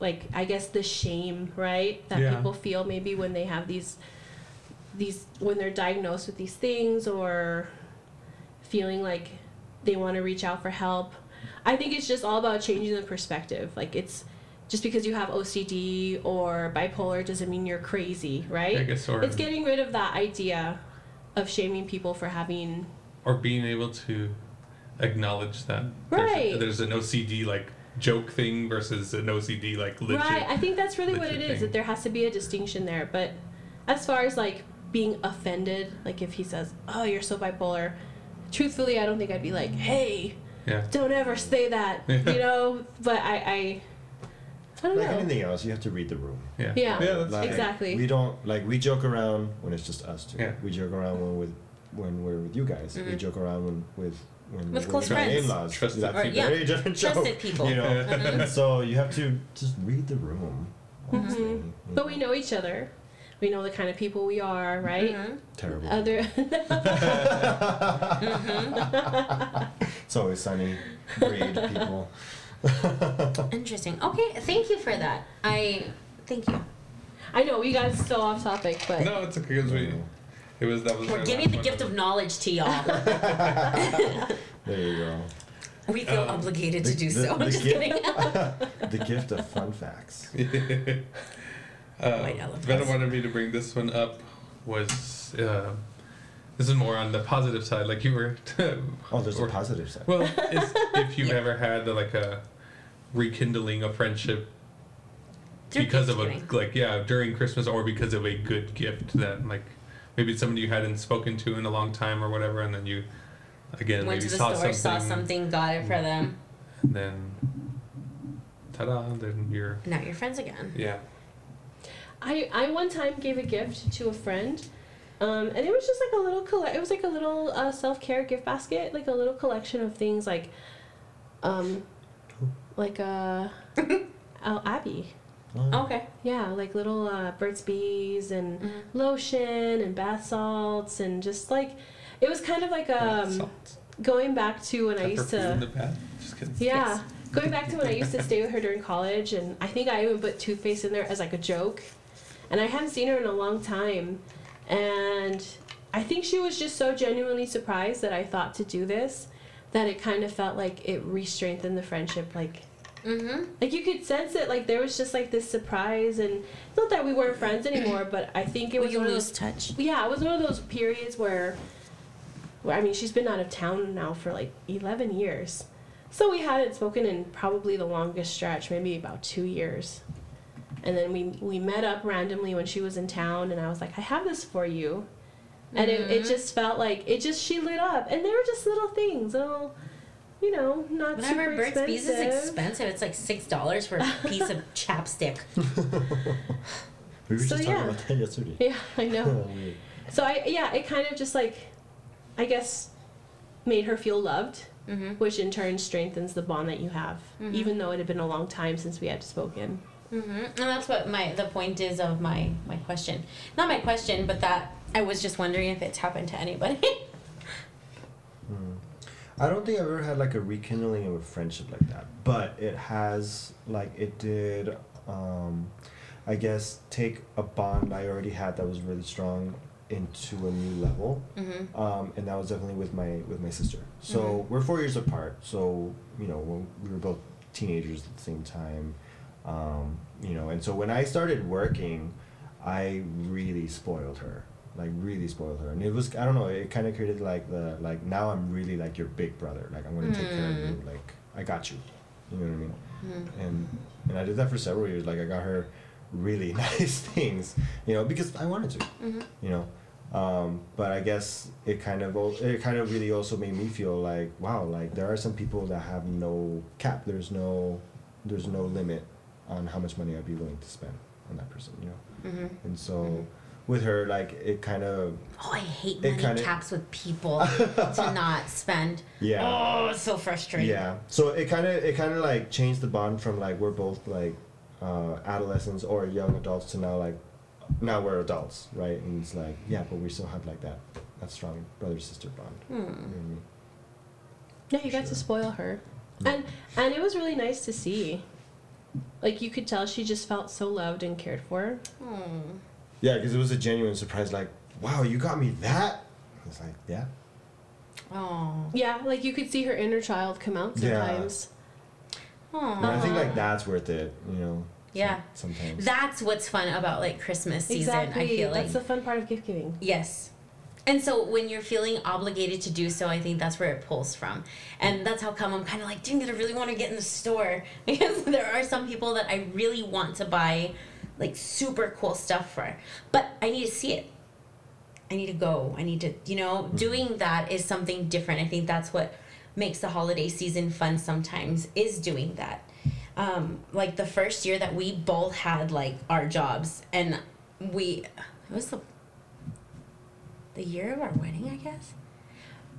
like I guess the shame, right, that Yeah. people feel maybe when they have these, these when they're diagnosed with these things or feeling like they want to reach out for help. I think it's just all about changing the perspective. Like it's just because you have OCD or bipolar doesn't mean you're crazy, right? I guess, or- it's getting rid of that idea of shaming people for having Or being able to acknowledge that Right. there's, there's an OCD like joke thing versus an OCD like legit. Right. I think that's really what it legit is. thing. That there has to be a distinction there. But as far as like being offended, like if he says, "Oh, you're so bipolar," truthfully, I don't think I'd be like, "Hey, yeah. don't ever say that," Yeah. you know. But I, I, I don't Like know. anything else, you have to read the room. Yeah. Yeah. that's Like, Exactly. We don't like we joke around when it's just us two. Yeah. We joke around when with when we're with you guys. We joke around when with when With we're close my friends. in-laws. Trusted That's Or, a yeah, very different trusted joke, people. You know, And so you have to just read the room. Honestly, You But we know each other. We know the kind of people we are, right? Mm-hmm. Mm-hmm. terrible. Other, it's always sunny. Read people. interesting. Okay, thank you for that. I thank you. I know we got so off topic, but No, it's okay. 'cause we, it was that was. We're our giving last the one. gift of knowledge to y'all. There you go. We feel Um, obligated the- to do the- so. the Just gift- kidding. The gift of fun facts. Oh, Uh, White elephants. Venom wanted me to bring this one up. Was uh, this is more on the positive side, like you were. Oh, there's a or- positive side. Well, it's, if you've ever had like a rekindling of friendship Through because of a gift-giving. like yeah during Christmas or because of a good gift that like maybe it's somebody you hadn't spoken to in a long time or whatever, and then you again went maybe to the saw, store, something, saw something, got it for them. and then ta-da, then you're Now you're friends again. yeah I, I one time gave a gift to a friend Um, and it was just like a little colle- it was like a little uh, self-care gift basket, like a little collection of things like um like uh oh, Abby. Oh. Okay. Yeah, like little uh, Burt's Bees and Mhm. lotion and bath salts and just like it was kind of like um Salt. going back to when Pepper I used food to in the bath. Just kidding. yeah. Going back to when I used to stay with her during college, and I think I even put toothpaste in there as like a joke. And I hadn't seen her in a long time. And I think she was just so genuinely surprised that I thought to do this that it kind of felt like it re strengthened the friendship. Like, Mm-hmm. like you could sense it, like there was just like this surprise. And not that we weren't friends anymore, but I think it was one of those touch. yeah, it was one of those periods where, where I mean, she's been out of town now for like 11 years. So we hadn't spoken in probably the longest stretch, maybe about two years. And then we, we met up randomly when she was in town, and I was like, I have this for you. And it, it Mhm. just felt like it just she lit up, and they were just little things, little, you know, not Whatever, super Burt's expensive. Bees is expensive. It's like six dollars for a piece of chapstick. we were So, just talking yeah. about that yesterday. Yeah, I know. Weird. So I yeah, it kind of just like I guess made her feel loved, Mhm. which in turn strengthens the bond that you have, even though it had been a long time since we had spoken. hmm And that's what my the point is of my my question. Not my question, but that I was just wondering if it's happened to anybody. I don't think I've ever had like a rekindling of a friendship like that, but it has like it did. Um, I guess take a bond I already had that was really strong into a new level, mm-hmm. um, and that was definitely with my with my sister. So we're four years apart. So you know when we were both teenagers at the same time, um, you know, and so when I started working, I really spoiled her, like really spoiled her, and it was I don't know it kind of created like the like now I'm really like your big brother, like I'm gonna take care of you, like I got you, you know what I mean, Mm-hmm. and and I did that for several years, like I got her really nice things, you know, because I wanted to, Mm-hmm. you know um, but I guess it kind of al- it kind of really also made me feel like wow like there are some people that have no cap there's no there's no limit on how much money I'd be willing to spend on that person you know Mm-hmm. and so with her like it kind of Oh, I hate It money kinda- caps with people to not spend. yeah Oh, it's so frustrating. Yeah. So it kind of it kind of like changed the bond from like we're both like uh, adolescents or young adults to now like now we're adults, right? And it's like yeah, but we still have like that that strong brother sister bond. You know Hmm. what I mean? No, you got Sure. to spoil her. And and it was really nice to see. Like you could tell she just felt so loved and cared for. Hmm. Yeah, because it was a genuine surprise. Like wow, you got me that. It's like yeah, Oh. Yeah, like you could see her inner child come out Yeah. sometimes. and I think like Aw. that's worth it. You know. Uh-huh. Yeah. Sometimes. That's what's fun about like Christmas season. Exactly. I feel like That's the fun part of gift giving. Yes. And so when you're feeling obligated to do so, I think that's where it pulls from. And that's how come I'm kind of like, dang it, I really want to get in the store. Because there are some people that I really want to buy like super cool stuff for. But I need to see it. I need to go. I need to, you know, doing that is something different. I think that's what makes the holiday season fun sometimes is doing that. Um, like the first year that we both had like our jobs and we, it was the the year of our wedding, I guess.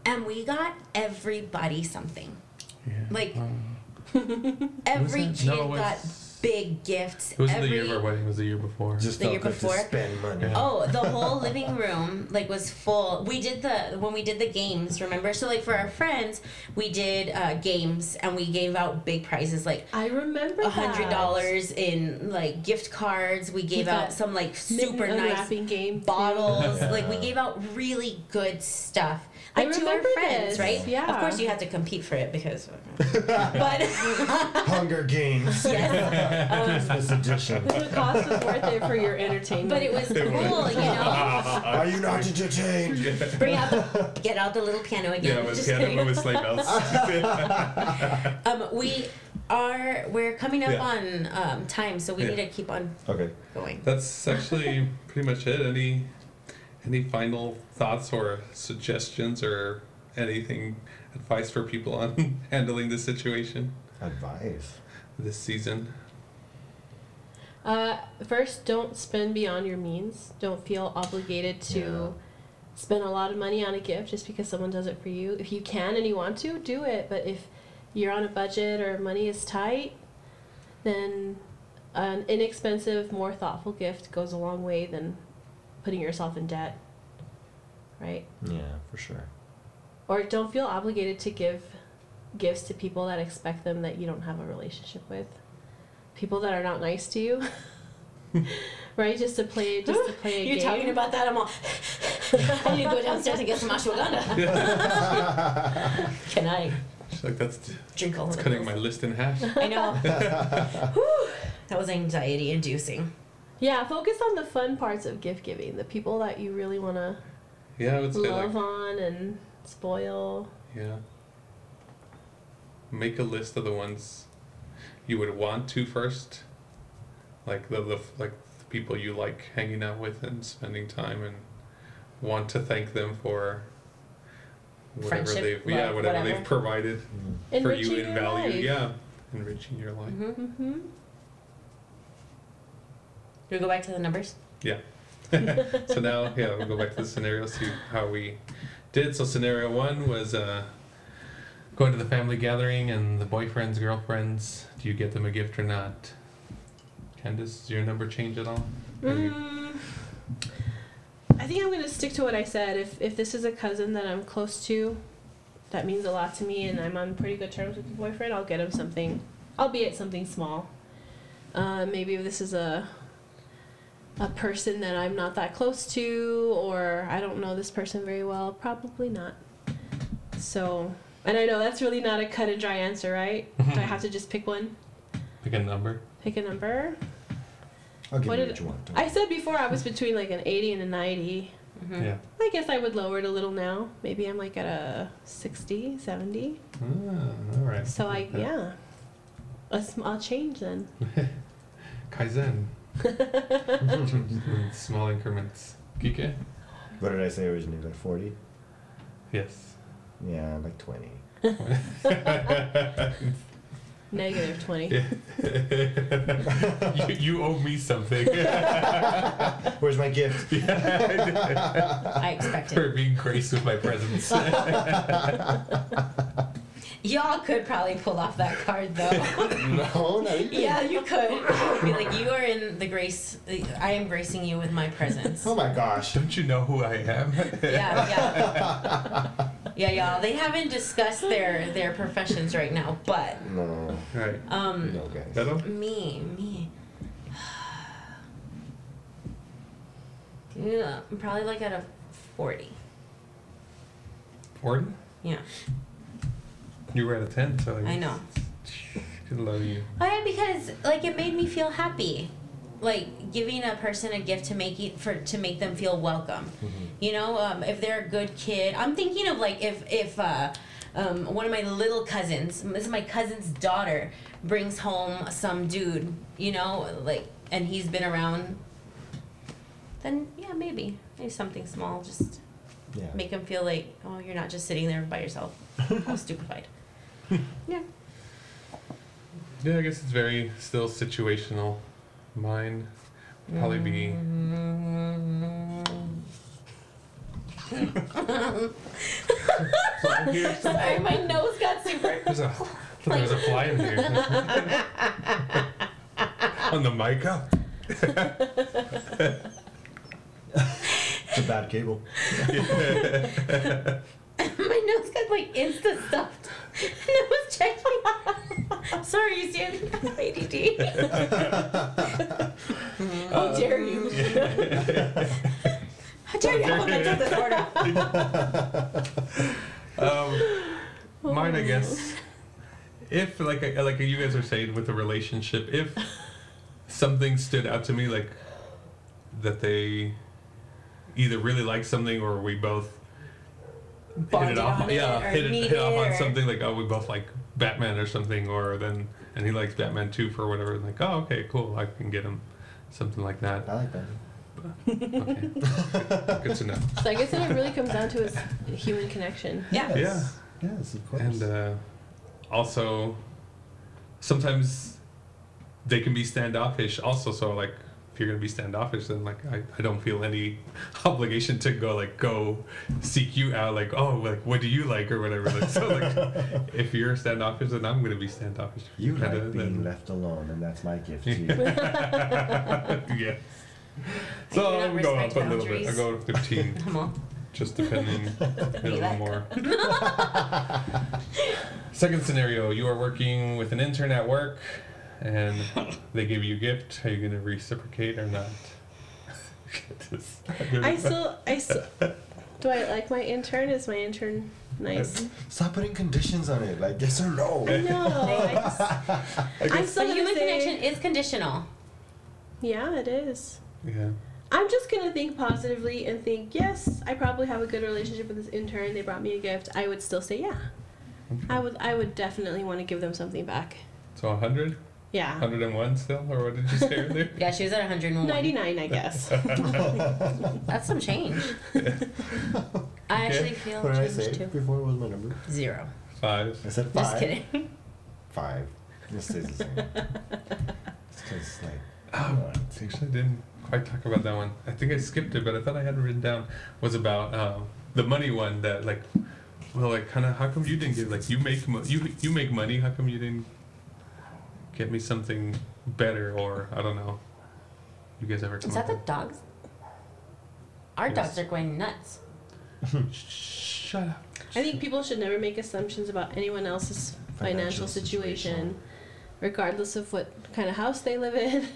And we got everybody something. Yeah. Like, Um, Every Was kid it? No, it got was- big gifts. it wasn't every, the year of our wedding. It was the year before. just the felt year good before? to spend money. Yeah. Oh, the whole living room like was full. We did the when we did the games, remember? So like for our friends, we did uh, games and we gave out big prizes like I remember a that. hundred dollars in like gift cards. We gave out that some like Mitten super nice unwrapping game too. bottles. Yeah. Like we gave out really good stuff. I Like to our remember friends, this. right? Yeah. Of course, you had to compete for it because. but Hunger Games yes, um, Christmas edition. The cost was worth it for your entertainment. but it was cool, you know. Uh, Are you not entertained? Bring out the get out the little piano again. Yeah, it was Just piano kidding. but with sleigh bells. Um, we are we're coming up Yeah. on um, time, so we Yeah. need to keep on Okay. going. That's actually pretty much it. Any any final thoughts or suggestions or anything advice for people on handling this situation Advice. this season? Uh, first, don't spend beyond your means. Don't feel obligated to spend a lot of money on a gift just because someone does it for you. If you can and you want to, do it. But if you're on a budget or money is tight, then an inexpensive, more thoughtful gift goes a long way than putting yourself in debt. Right? Yeah, for sure. Or don't feel obligated to give gifts to people that expect them that you don't have a relationship with. People that are not nice to you. right? Just to play just to play a You're game. talking about that? I'm all. I need to go downstairs and get some ashwagandha. Mm. Can I She's like, that's, drink all that's of it? cutting my list in half. I know. Whew. that was anxiety inducing. Yeah, focus on the fun parts of gift giving, the people that you really want to Yeah, I would say love like, on and spoil. yeah. Make a list of the ones you would want to first, like the, the like the people you like hanging out with and spending time and want to thank them for whatever Friendship, they've yeah love, whatever, whatever. they've provided for Enriching you in your value life. yeah enriching your life. Mm-hmm. Do Mm-hmm. we go back to the numbers? so now, yeah, we'll go back to the scenario, see how we did. So scenario one was uh, going to the family gathering and the boyfriends, girlfriends. Do you get them a gift or not? Candace, does your number change at all? Have you- Mm, I think I'm going to stick to what I said. If, if this is a cousin that I'm close to, that means a lot to me, and I'm on pretty good terms with the boyfriend, I'll get him something, albeit something small. Uh, maybe if this is a a person that I'm not that close to, or I don't know this person very well, probably not. So, and I know that's really not a cut and dry answer, right? Do I have to just pick one? Pick a number. Pick a number? I'll give What you did- what you want. don't I said before I was between like an 80 and a 90. Mm-hmm. Yeah. I guess I would lower it a little now. Maybe I'm like at a 60, 70. Ah, all right. So I, yeah. A small change then. Kaizen. In small increments. Kike? you? What did I say originally? Like 40? Yes. Yeah, like 20. Negative 20. you, you owe me something Where's my gift? I expected. for being graced with my presence. Y'all could probably pull off that card though. no, not even. yeah, you could. Be like, you are in the grace. I am gracing you with my presence. Oh my gosh. Don't you know who I am? Yeah, yeah, yeah, y'all. They haven't discussed their their professions right now, but No, Right. um, no, guys. Hello? me, me. Yeah, I'm probably like at a forty. Forty? Yeah, You were at a ten, so I know. Good love you. Why? Oh, Because like it made me feel happy, like giving a person a gift to make it for to make them feel welcome. Mm-hmm. You know, um, if they're a good kid, I'm thinking of like if if uh, um, one of my little cousins, this is my cousin's daughter, brings home some dude, you know, like and he's been around. Then yeah, maybe maybe something small, just Yeah. make him feel like oh you're not just sitting there by yourself, all stupefied. Yeah. Yeah, I guess it's very still situational. Mine would probably be So I'm here- Sorry, my nose got super. There's a there's a fly in here. On the mic huh? It's a bad cable. My nose got like insta stuffed. And I was checking. Sorry, you see, I think I have ADD. How dare you? How dare you have a mental disorder? Um, Oh, mine, I guess. If like I- like you guys are saying with a relationship, if something stood out to me, like that they either really like something or we both hit Bonded it off, on it yeah, or hit, it, need hit off it on or- something like oh we both like Batman or something, or then and he likes Batman too for whatever. Like oh okay cool, I can get him something like that. I like that. Okay, good to know. So I guess then it really comes down to is human connection. Yeah. Yes. Yes, of course. And uh, also, sometimes they can be standoffish, also. So, like, if you're gonna be standoffish, then like I, I don't feel any obligation to go like go seek you out like oh like what do you like or whatever. Like, so like if you're standoffish, then I'm gonna be standoffish. You Kinda, like then- being left alone, and that's my gift to you. yes. So do not I'm going up respect a little bit. I boundaries. go to 15, Come on. just depending a little like. more. Second scenario: you are working with an intern at work, and they give you a gift. Are you going to reciprocate or not? This- I still, I still. Do I like my intern? Is my intern nice? Stop putting conditions on it, like yes or no. No, I just, So I'm still gonna human say- connection is conditional. Yeah, it is. yeah. I'm just gonna think positively and think, yes, I probably have a good relationship with this intern. They brought me a gift. I would still say, yeah, I would. I would definitely want to give them something back. So 100, Yeah, 101 still, or what did you say earlier? Yeah, she was at Um, 101. 99, I guess. That's some change. I actually feel What did I say changed too. before? What was my number? Zero. I Five. said five. Just kidding. Five. It stays the same. it's just like Oh, actually, I didn't quite talk about that one. I think I skipped it, but I thought I had it written down. Was about um, the money one that like, well, like kind of how come you didn't get like you make mo- you you make money? How come you didn't get me something better or I don't know? You guys ever come Is that up the with- dogs? Our Yes. dogs are going nuts. Shut up. I think people should never make assumptions about anyone else's Financial financial situation, situation. regardless of what kind of house they live in,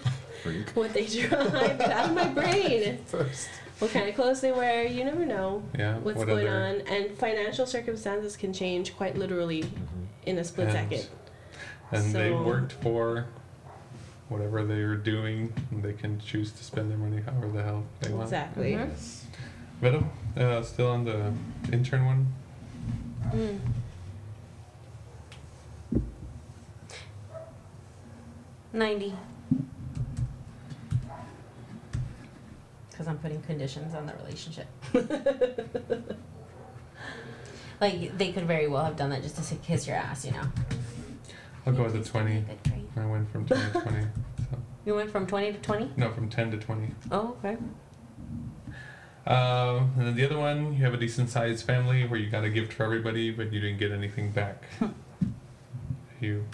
freak what they drive. Get out of my brain. first. What kind of clothes they wear. You never know Yeah. what's what going other- on, and financial circumstances can change quite literally in a split And- second. And they So- worked for whatever they were doing. And they can choose to spend their money however the hell they want. Exactly. Yes. Veto, uh, still on the intern one. Mm. Ninety. Because I'm putting conditions on the relationship. like they could very well have done that just to say, kiss your ass, you know. I'll go with the Please give me a 20. good grade. I went from 10 to 20. So. You went from twenty to twenty. No, from 10 to 20. Oh, okay. Um, and then the other one, you have a decent sized family where you got a gift for everybody, but you didn't get anything back. Are you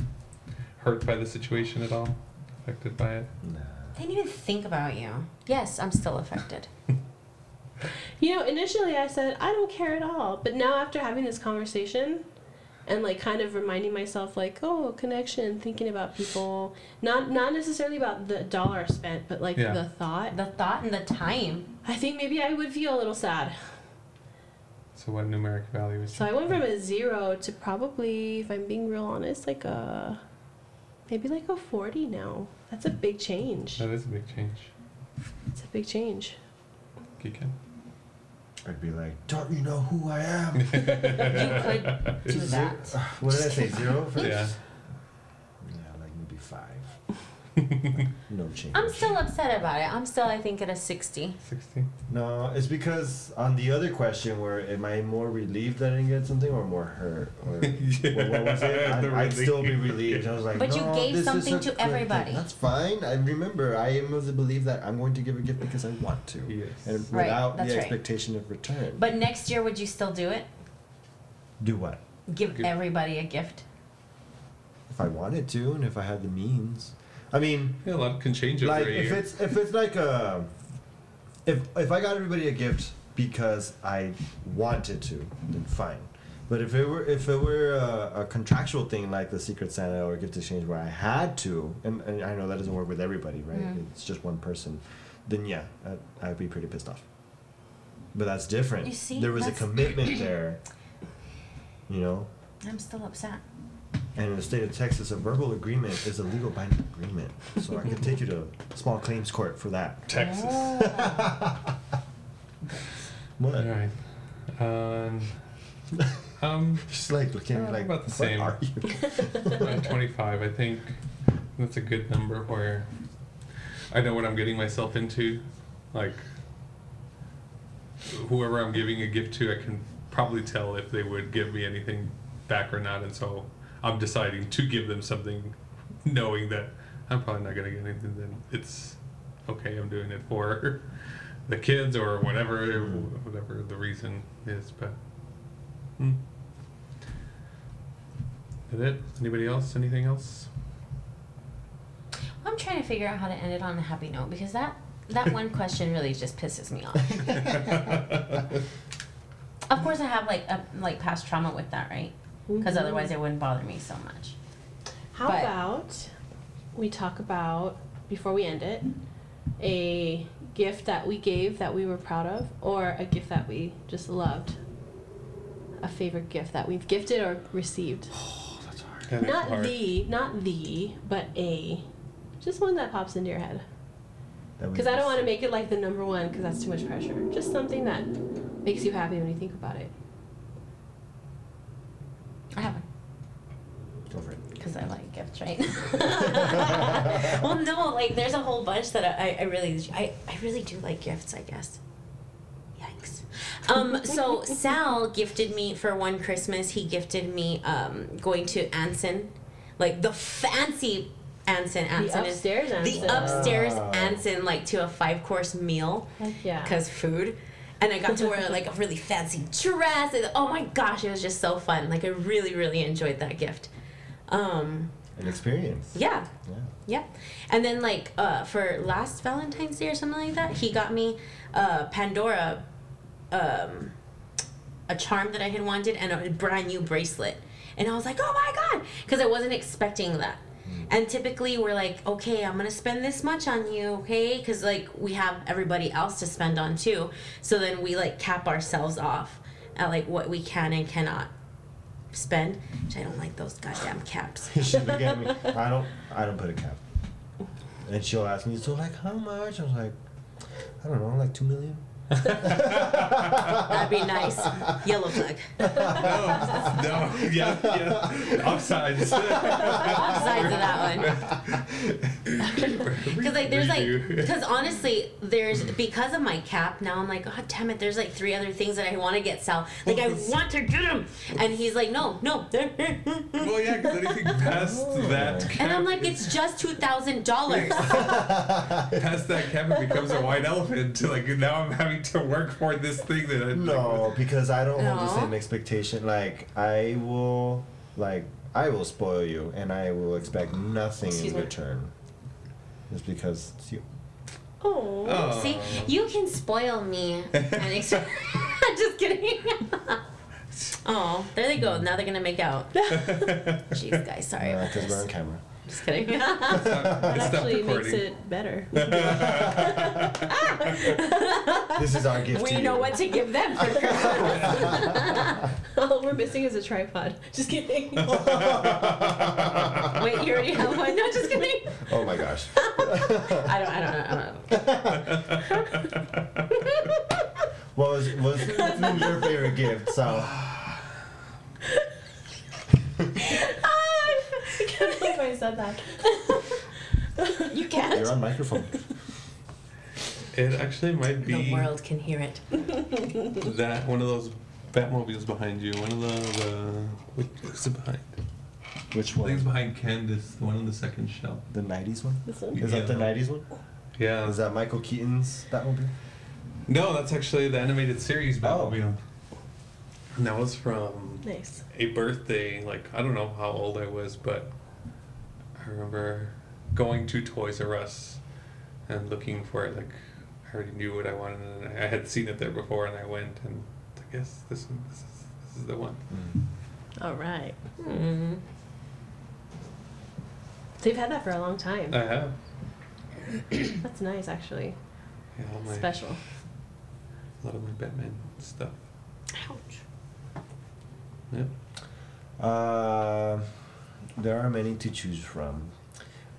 hurt by the situation at all? Affected by it? Nah. Didn't even think about you. Yes, I'm still affected. You know, initially I said, I don't care at all. But now, after having this conversation and like kind of reminding myself, like, oh, connection, thinking about people, not not necessarily about the dollar spent, but like Yeah. the thought, The thought and the time. I think maybe I would feel a little sad. So, what numeric value is So I went from a zero to probably, if I'm being real honest, like a maybe like a 40 now. That's a big change. That is a big change. It's a big change. Geekin. I'd be like, don't you know who I am? You could do Zero- that. What did I say? Zero first? Yeah. Yeah, like maybe five. no change. I'm still upset about it. I'm still, I think, at a sixty. 60. No, it's because on the other question, where am I more relieved that I didn't get something or more hurt? Or, what, what was it? Yeah, I, the would still be relief. relieved. I was like, But you "No, gave this is something a to good everybody." thing." That's fine. I remember. I am of the belief that I'm going to give a gift because I want to, Yes. and Right, without that's the right. expectation of return. But next year, would you still do it? Do what? Give Good. everybody a gift. If I wanted to, and if I had the means. I mean, Yeah, a lot can change over like a if year. it's if it's like a if if I got everybody a gift because I wanted to, then fine. But if it were if it were a, a contractual thing like the Secret Santa or gift exchange where I had to, and, and I know that doesn't work with everybody, right? It's just one person. Then yeah, I, I'd be pretty pissed off. But that's different. You see, there was a that's- commitment there. You know, I'm still upset. and in the state of Texas, a verbal agreement is a legal binding agreement. So I could take you to small claims court for that. Texas. Ah. What? All right. Um, um, She's like looking at me Uh, like, about the what same. are you? I'm 25. I think that's a good number where I know what I'm getting myself into. Like, whoever I'm giving a gift to, I can probably tell if they would give me anything back or not. And so I'm deciding to give them something knowing that I'm probably not going to get anything. Then it's okay, I'm doing it for the kids or whatever, whatever the reason is. But hmm. Is that it? Anybody else? Anything else? I'm trying to figure out how to end it on a happy note because that that one question really just pisses me off. Of course, I have like a like past trauma with that, right? Because otherwise, it wouldn't bother me so much. How But- about we talk about before we end it a gift that we gave that we were proud of, or a gift that we just loved, a favorite gift that we've gifted or received. That is Not hard. the, not the, but a, just one that pops into your head. That was Because I don't just- want to make it like the number one, because that's too much pressure. Just something that makes you happy when you think about it. I haven't. Go for it. Because I like gifts, right? well, no, like there's a whole bunch that I, I really, I, I really do like gifts. I guess. Yikes. Um, so Sal gifted me for one Christmas. He gifted me um, going to Anson, like the fancy Anson. Anson is upstairs Anson. The upstairs Wow. Anson, like to a five course meal Heck yeah. because food. And I got to wear like a really fancy dress. And, oh my gosh, it was just so fun. Like I really, really enjoyed that gift. Um, An experience. yeah, Yeah. yeah. And then like uh, for last Valentine's Day or something like that, he got me uh, Pandora, um, a charm that I had wanted and a brand new bracelet. And I was like, oh my god, because I wasn't expecting that. And typically we're like, okay, I'm gonna spend this much on you, okay? Because like we have everybody else to spend on too. So then we like cap ourselves off at like what we can and cannot spend. Which I don't like those goddamn caps. she look at me. I don't. I don't put a cap. And she'll ask me, so like, how much? I was like, I don't know, like two million. That'd be nice. Yellow flag. No, yeah, yeah. Offsides. Both sides of that one. Because like there's like Redo. because honestly there's because of my cap now I'm like god damn it there's like three other things that I want to get Sal like I want to get him and he's like no no and well, yeah, because anything past that cap, I'm like it's just two thousand dollars past that cap, it becomes a white elephant. To like now, I'm having to work for this thing that I No, because I don't hold No. the same expectation. Like I will, like I will spoil you, and I will expect nothing Excuse in me. return. Just because it's you. Oh. Oh. see you can spoil me and ex- just kidding oh there they go now they're gonna make out jeez guys sorry about Because Uh, we're this on camera. just kidding It's not, That it's not actually makes recording. it better. This is our gift to we you. know what to give them for Christmas. All we're missing is a tripod. Just Wait, kidding. you already have one? No, just kidding. Oh my gosh. I don't. I don't know. I don't know. What was what was your favorite gift? So Ah, I can't believe I said that. You can't. you're on microphone. It actually might be The world can hear it. that one of those Batmobiles behind you. One of the, the what is it behind? Which I think it's one? behind Candace, the one on the second shelf. The '90s one. This one? Is that the Yeah. '90s one? Yeah. Is that Michael Keaton's Batmobile? No, that's actually the animated series Oh. Batmobile. And that was from Nice. a birthday, like I don't know how old I was, but I remember going to Toys R Us and looking for it. Like I already knew what I wanted, and I had seen it there before, and I went and I guess this one, this is this is the one. All right. Mm. They've had that for a long time. Uh, I have. That's nice, actually. Yeah, oh all my, Special. A lot of my Batman stuff. Ouch. Yep. Uh, there are many to choose from,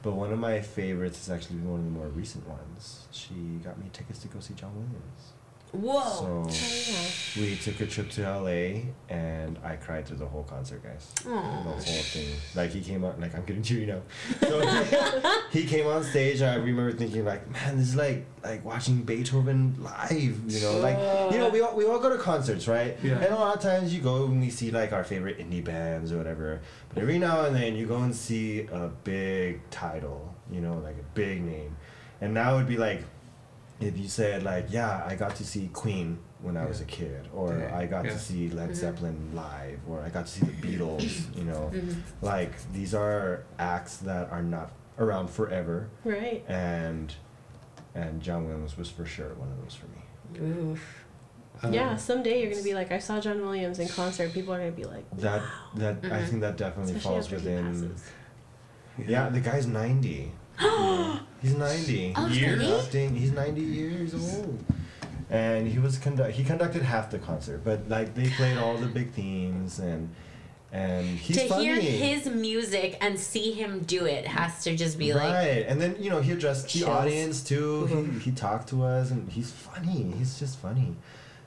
but one of my favorites is actually one of the more recent ones. She got me tickets to go see John Williams. Whoa. So we took a trip to LA, and I cried through the whole concert, guys. The Aw. whole thing. Like he came out, like I'm getting teary now. So he came on stage. and I remember thinking, like, man, this is like like watching Beethoven live. You know, like you know, we all we all go to concerts, right? Yeah. And a lot of times you go and we see like our favorite indie bands or whatever. But every now and then you go and see a big title, you know, like a big name, And now it would be like, if you said like, yeah, I got to see Queen when I was a kid, or Yeah. I got Yeah. to see Led Zeppelin live, or I got to see the Beatles, you know, Mm-hmm. like these are acts that are not around forever, Right. and and John Williams was for sure one of those for me. Oof. Uh, yeah, someday you're gonna be like, I saw John Williams in concert. People are gonna be like, That that I think that definitely especially falls after within. he passes. Yeah, the guy's 90. he's 90. Oh, he's Years? 90? Dang, He's 90 years old. And he was conduct he conducted half the concert, but like they played all the big themes and and he's to funny. hear his music and see him do it has to just be like Mm-hmm. right. And then you know he addressed the Chills. audience too. He, he talked to us and he's funny. He's just funny.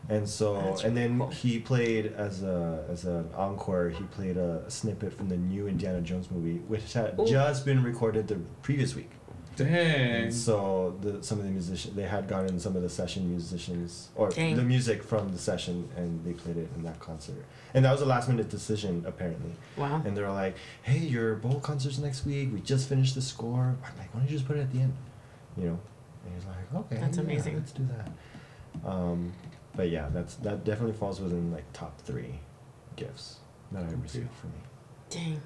And so That's and really then cool. he played as a as an encore. He played a snippet from the new Indiana Jones movie, which had Ooh. just been recorded the previous week. Dang. And so the, some of the musicians they had gotten some of the session musicians or Dang. the music from the session and they played it in that concert. And that was a last minute decision apparently. wow. And they were like, "Hey, your bowl concert's next week. We just finished the score. I'm like, why don't you just put it at the end?" You know. And he's like, "Okay, That's yeah, amazing. Let's do that." Um, but yeah, that's that definitely falls within like top three gifts that I received from me. Dang,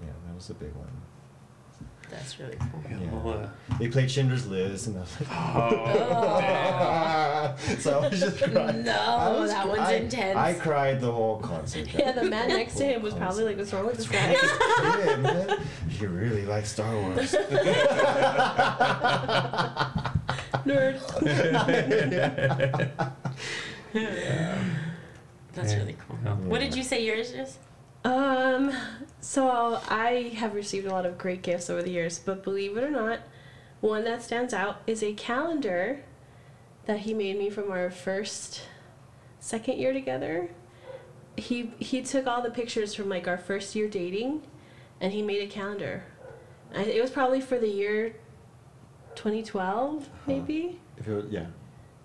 Yeah, that was a big one. that's really cool. Yeah, Yeah. well, uh, They played Schindler's List, and I was like, oh, damn. so I was just crying. No, I was that cr- one's I- intense. I cried the whole concert. Yeah, the man next to him was probably like, what's wrong with this guy? Yeah, man. He really likes Star Wars. Nerd. that's Yeah. really cool. Yeah. What did you say yours is? Um, so I have received a lot of great gifts over the years, but believe it or not, one that stands out is a calendar that he made me from our first second year together. He he took all the pictures from like our first year dating and he made a calendar. I, it was probably for the year 2012 maybe. If it was, yeah,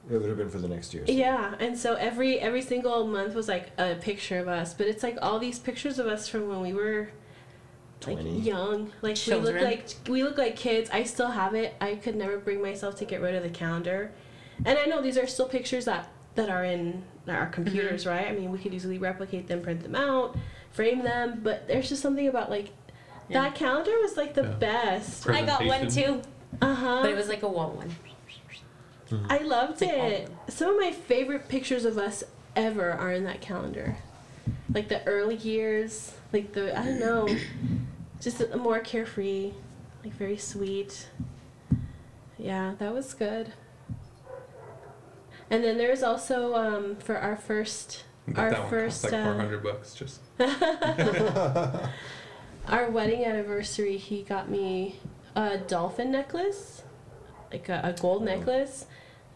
it would have been for the next year. Yeah, and so every every single month was like a picture of us, but it's like all these pictures of us from when we were like 20. young. Like we Children. look like we look like kids. I still have it. I could never bring myself to get rid of the calendar. And I know these are still pictures that that are in our computers, Mm-hmm. right? I mean, we could easily replicate them, print them out, frame them, but there's just something about like Yeah. that calendar was like the Yeah. best. I got one Presentation. too, Uh-huh. but it was like a wall one. I loved Mm-hmm. Like, all it. Some of my favorite pictures of us ever are in that calendar. Like the early years, like the I don't know, just a- more carefree, like very sweet. Yeah, that was good. And then there's also um, for our first But our that one first cost like uh, 400 bucks just our wedding anniversary, he got me a dolphin necklace, like a, a gold necklace,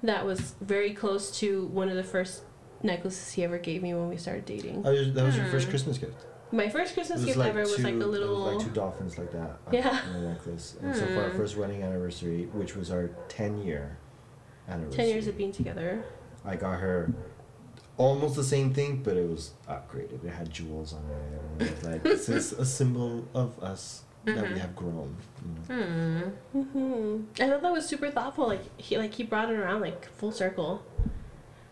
that was very close to one of the first necklaces he ever gave me when we started dating. Oh, you- that was your first Hmm. Christmas gift. My first Christmas It gift ever was like a it was little. like two dolphins like that. on- Yeah. On a necklace. And so for our Hmm. first wedding anniversary, which was our 10 year anniversary, Ten years of being together. I got her almost the same thing, but it was upgraded. It had jewels on it. And it was like, this is a symbol of us Mm-hmm. that we have grown. you know. Hmm. hmm I thought that was super thoughtful. Like he, like he brought it around like full circle.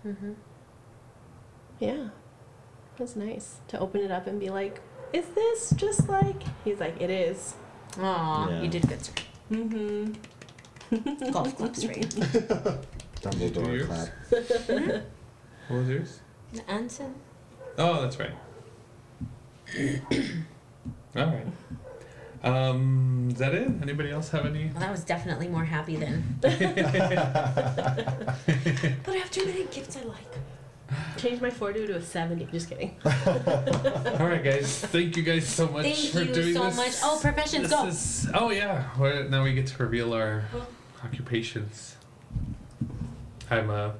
Mm-hmm. Yeah, that's nice to open it up and be like, "Is this just like?" He's like, "It is." Aw, Yeah. you did good, sir. Mm-hmm. Golf clubs, right? Dumbledore Yours? clap. what was yours The answer. oh that's right all right um is that it anybody else have any Well, that was definitely more happy than. but I have too many gifts I like. Change my 40 to a 70. Just kidding. all right guys thank you guys so much Thank for you doing so this much. Oh, professions, This go. is- oh yeah We're, now we get to reveal our occupations i'm a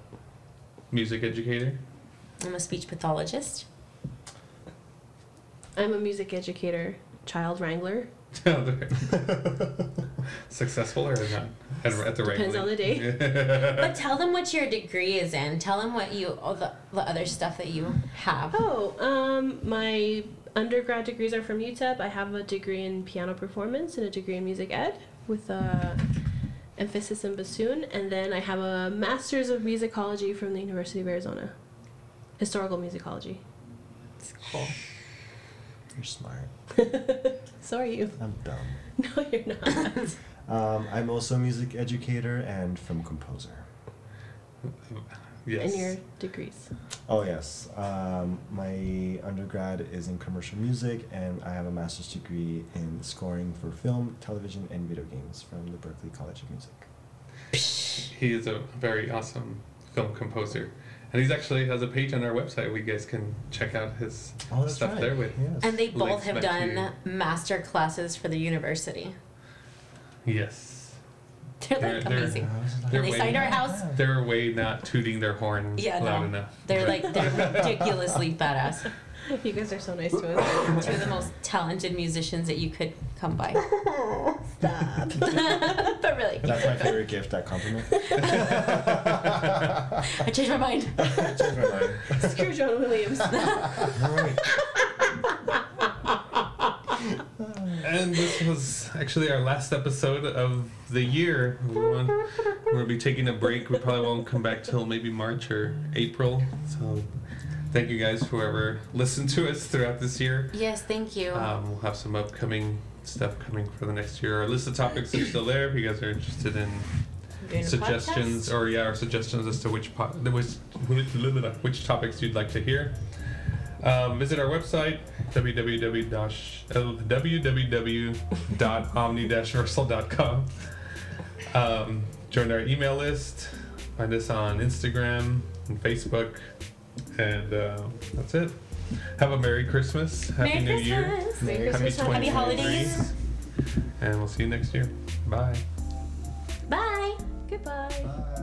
music educator I'm a speech pathologist. I'm a music educator, child wrangler. successful or not at, at the right Depends on the day. Uh, But tell them what your degree is in. Tell them what you, all the, the other stuff that you have. Oh, um, my undergrad degrees are from UTEP. I have a degree in piano performance and a degree in music ed with a uh, emphasis in bassoon, and then I have a master's of musicology from the University of Arizona, historical musicology. It's cool. You're smart. So are you? I'm dumb. No, you're not. Um, I'm also a music educator and film composer. Yes. And your degrees. Oh yes, um, my undergrad is in commercial music, and I have a master's degree in scoring for film, television, and video games from the Berklee College of Music. He is a very awesome film composer. And he's actually has a page on our website where you guys can check out his Oh, that's stuff right. there with. Yes. And they both Links have back done master classes for the university. Yes. They're like They're- they're- amazing. I was like, They're they way signed our not- house. They're way not tooting their horn Yeah, loud no. enough. They're like they're ridiculously badass. You guys are so nice to us. Two of the most talented musicians that you could come by. Stop. but really, That's my favorite gift. That compliment. I changed my mind. Change my mind. Screw John Williams. Alright. And this was actually our last episode of the year. We want, we're going to be taking a break. We probably won't come back till maybe March or April. So thank you guys, whoever listened to us throughout this year. Yes, thank you. Um, we'll have some upcoming stuff coming for the next year. Our list of topics is still there if you guys are interested in Doing a suggestions podcast? or yeah, or suggestions as to which po- which, which topics you'd like to hear. Um, visit our website www dash- uh, www.omni-versal.com. Um, join our email list. Find us on Instagram and Facebook, and uh, that's it. Have a Merry Christmas, Happy Merry New Year, Christmas. Merry Happy Christmas. Happy 2023. holidays. and we'll see you next year. Bye. Bye. Goodbye. Bye.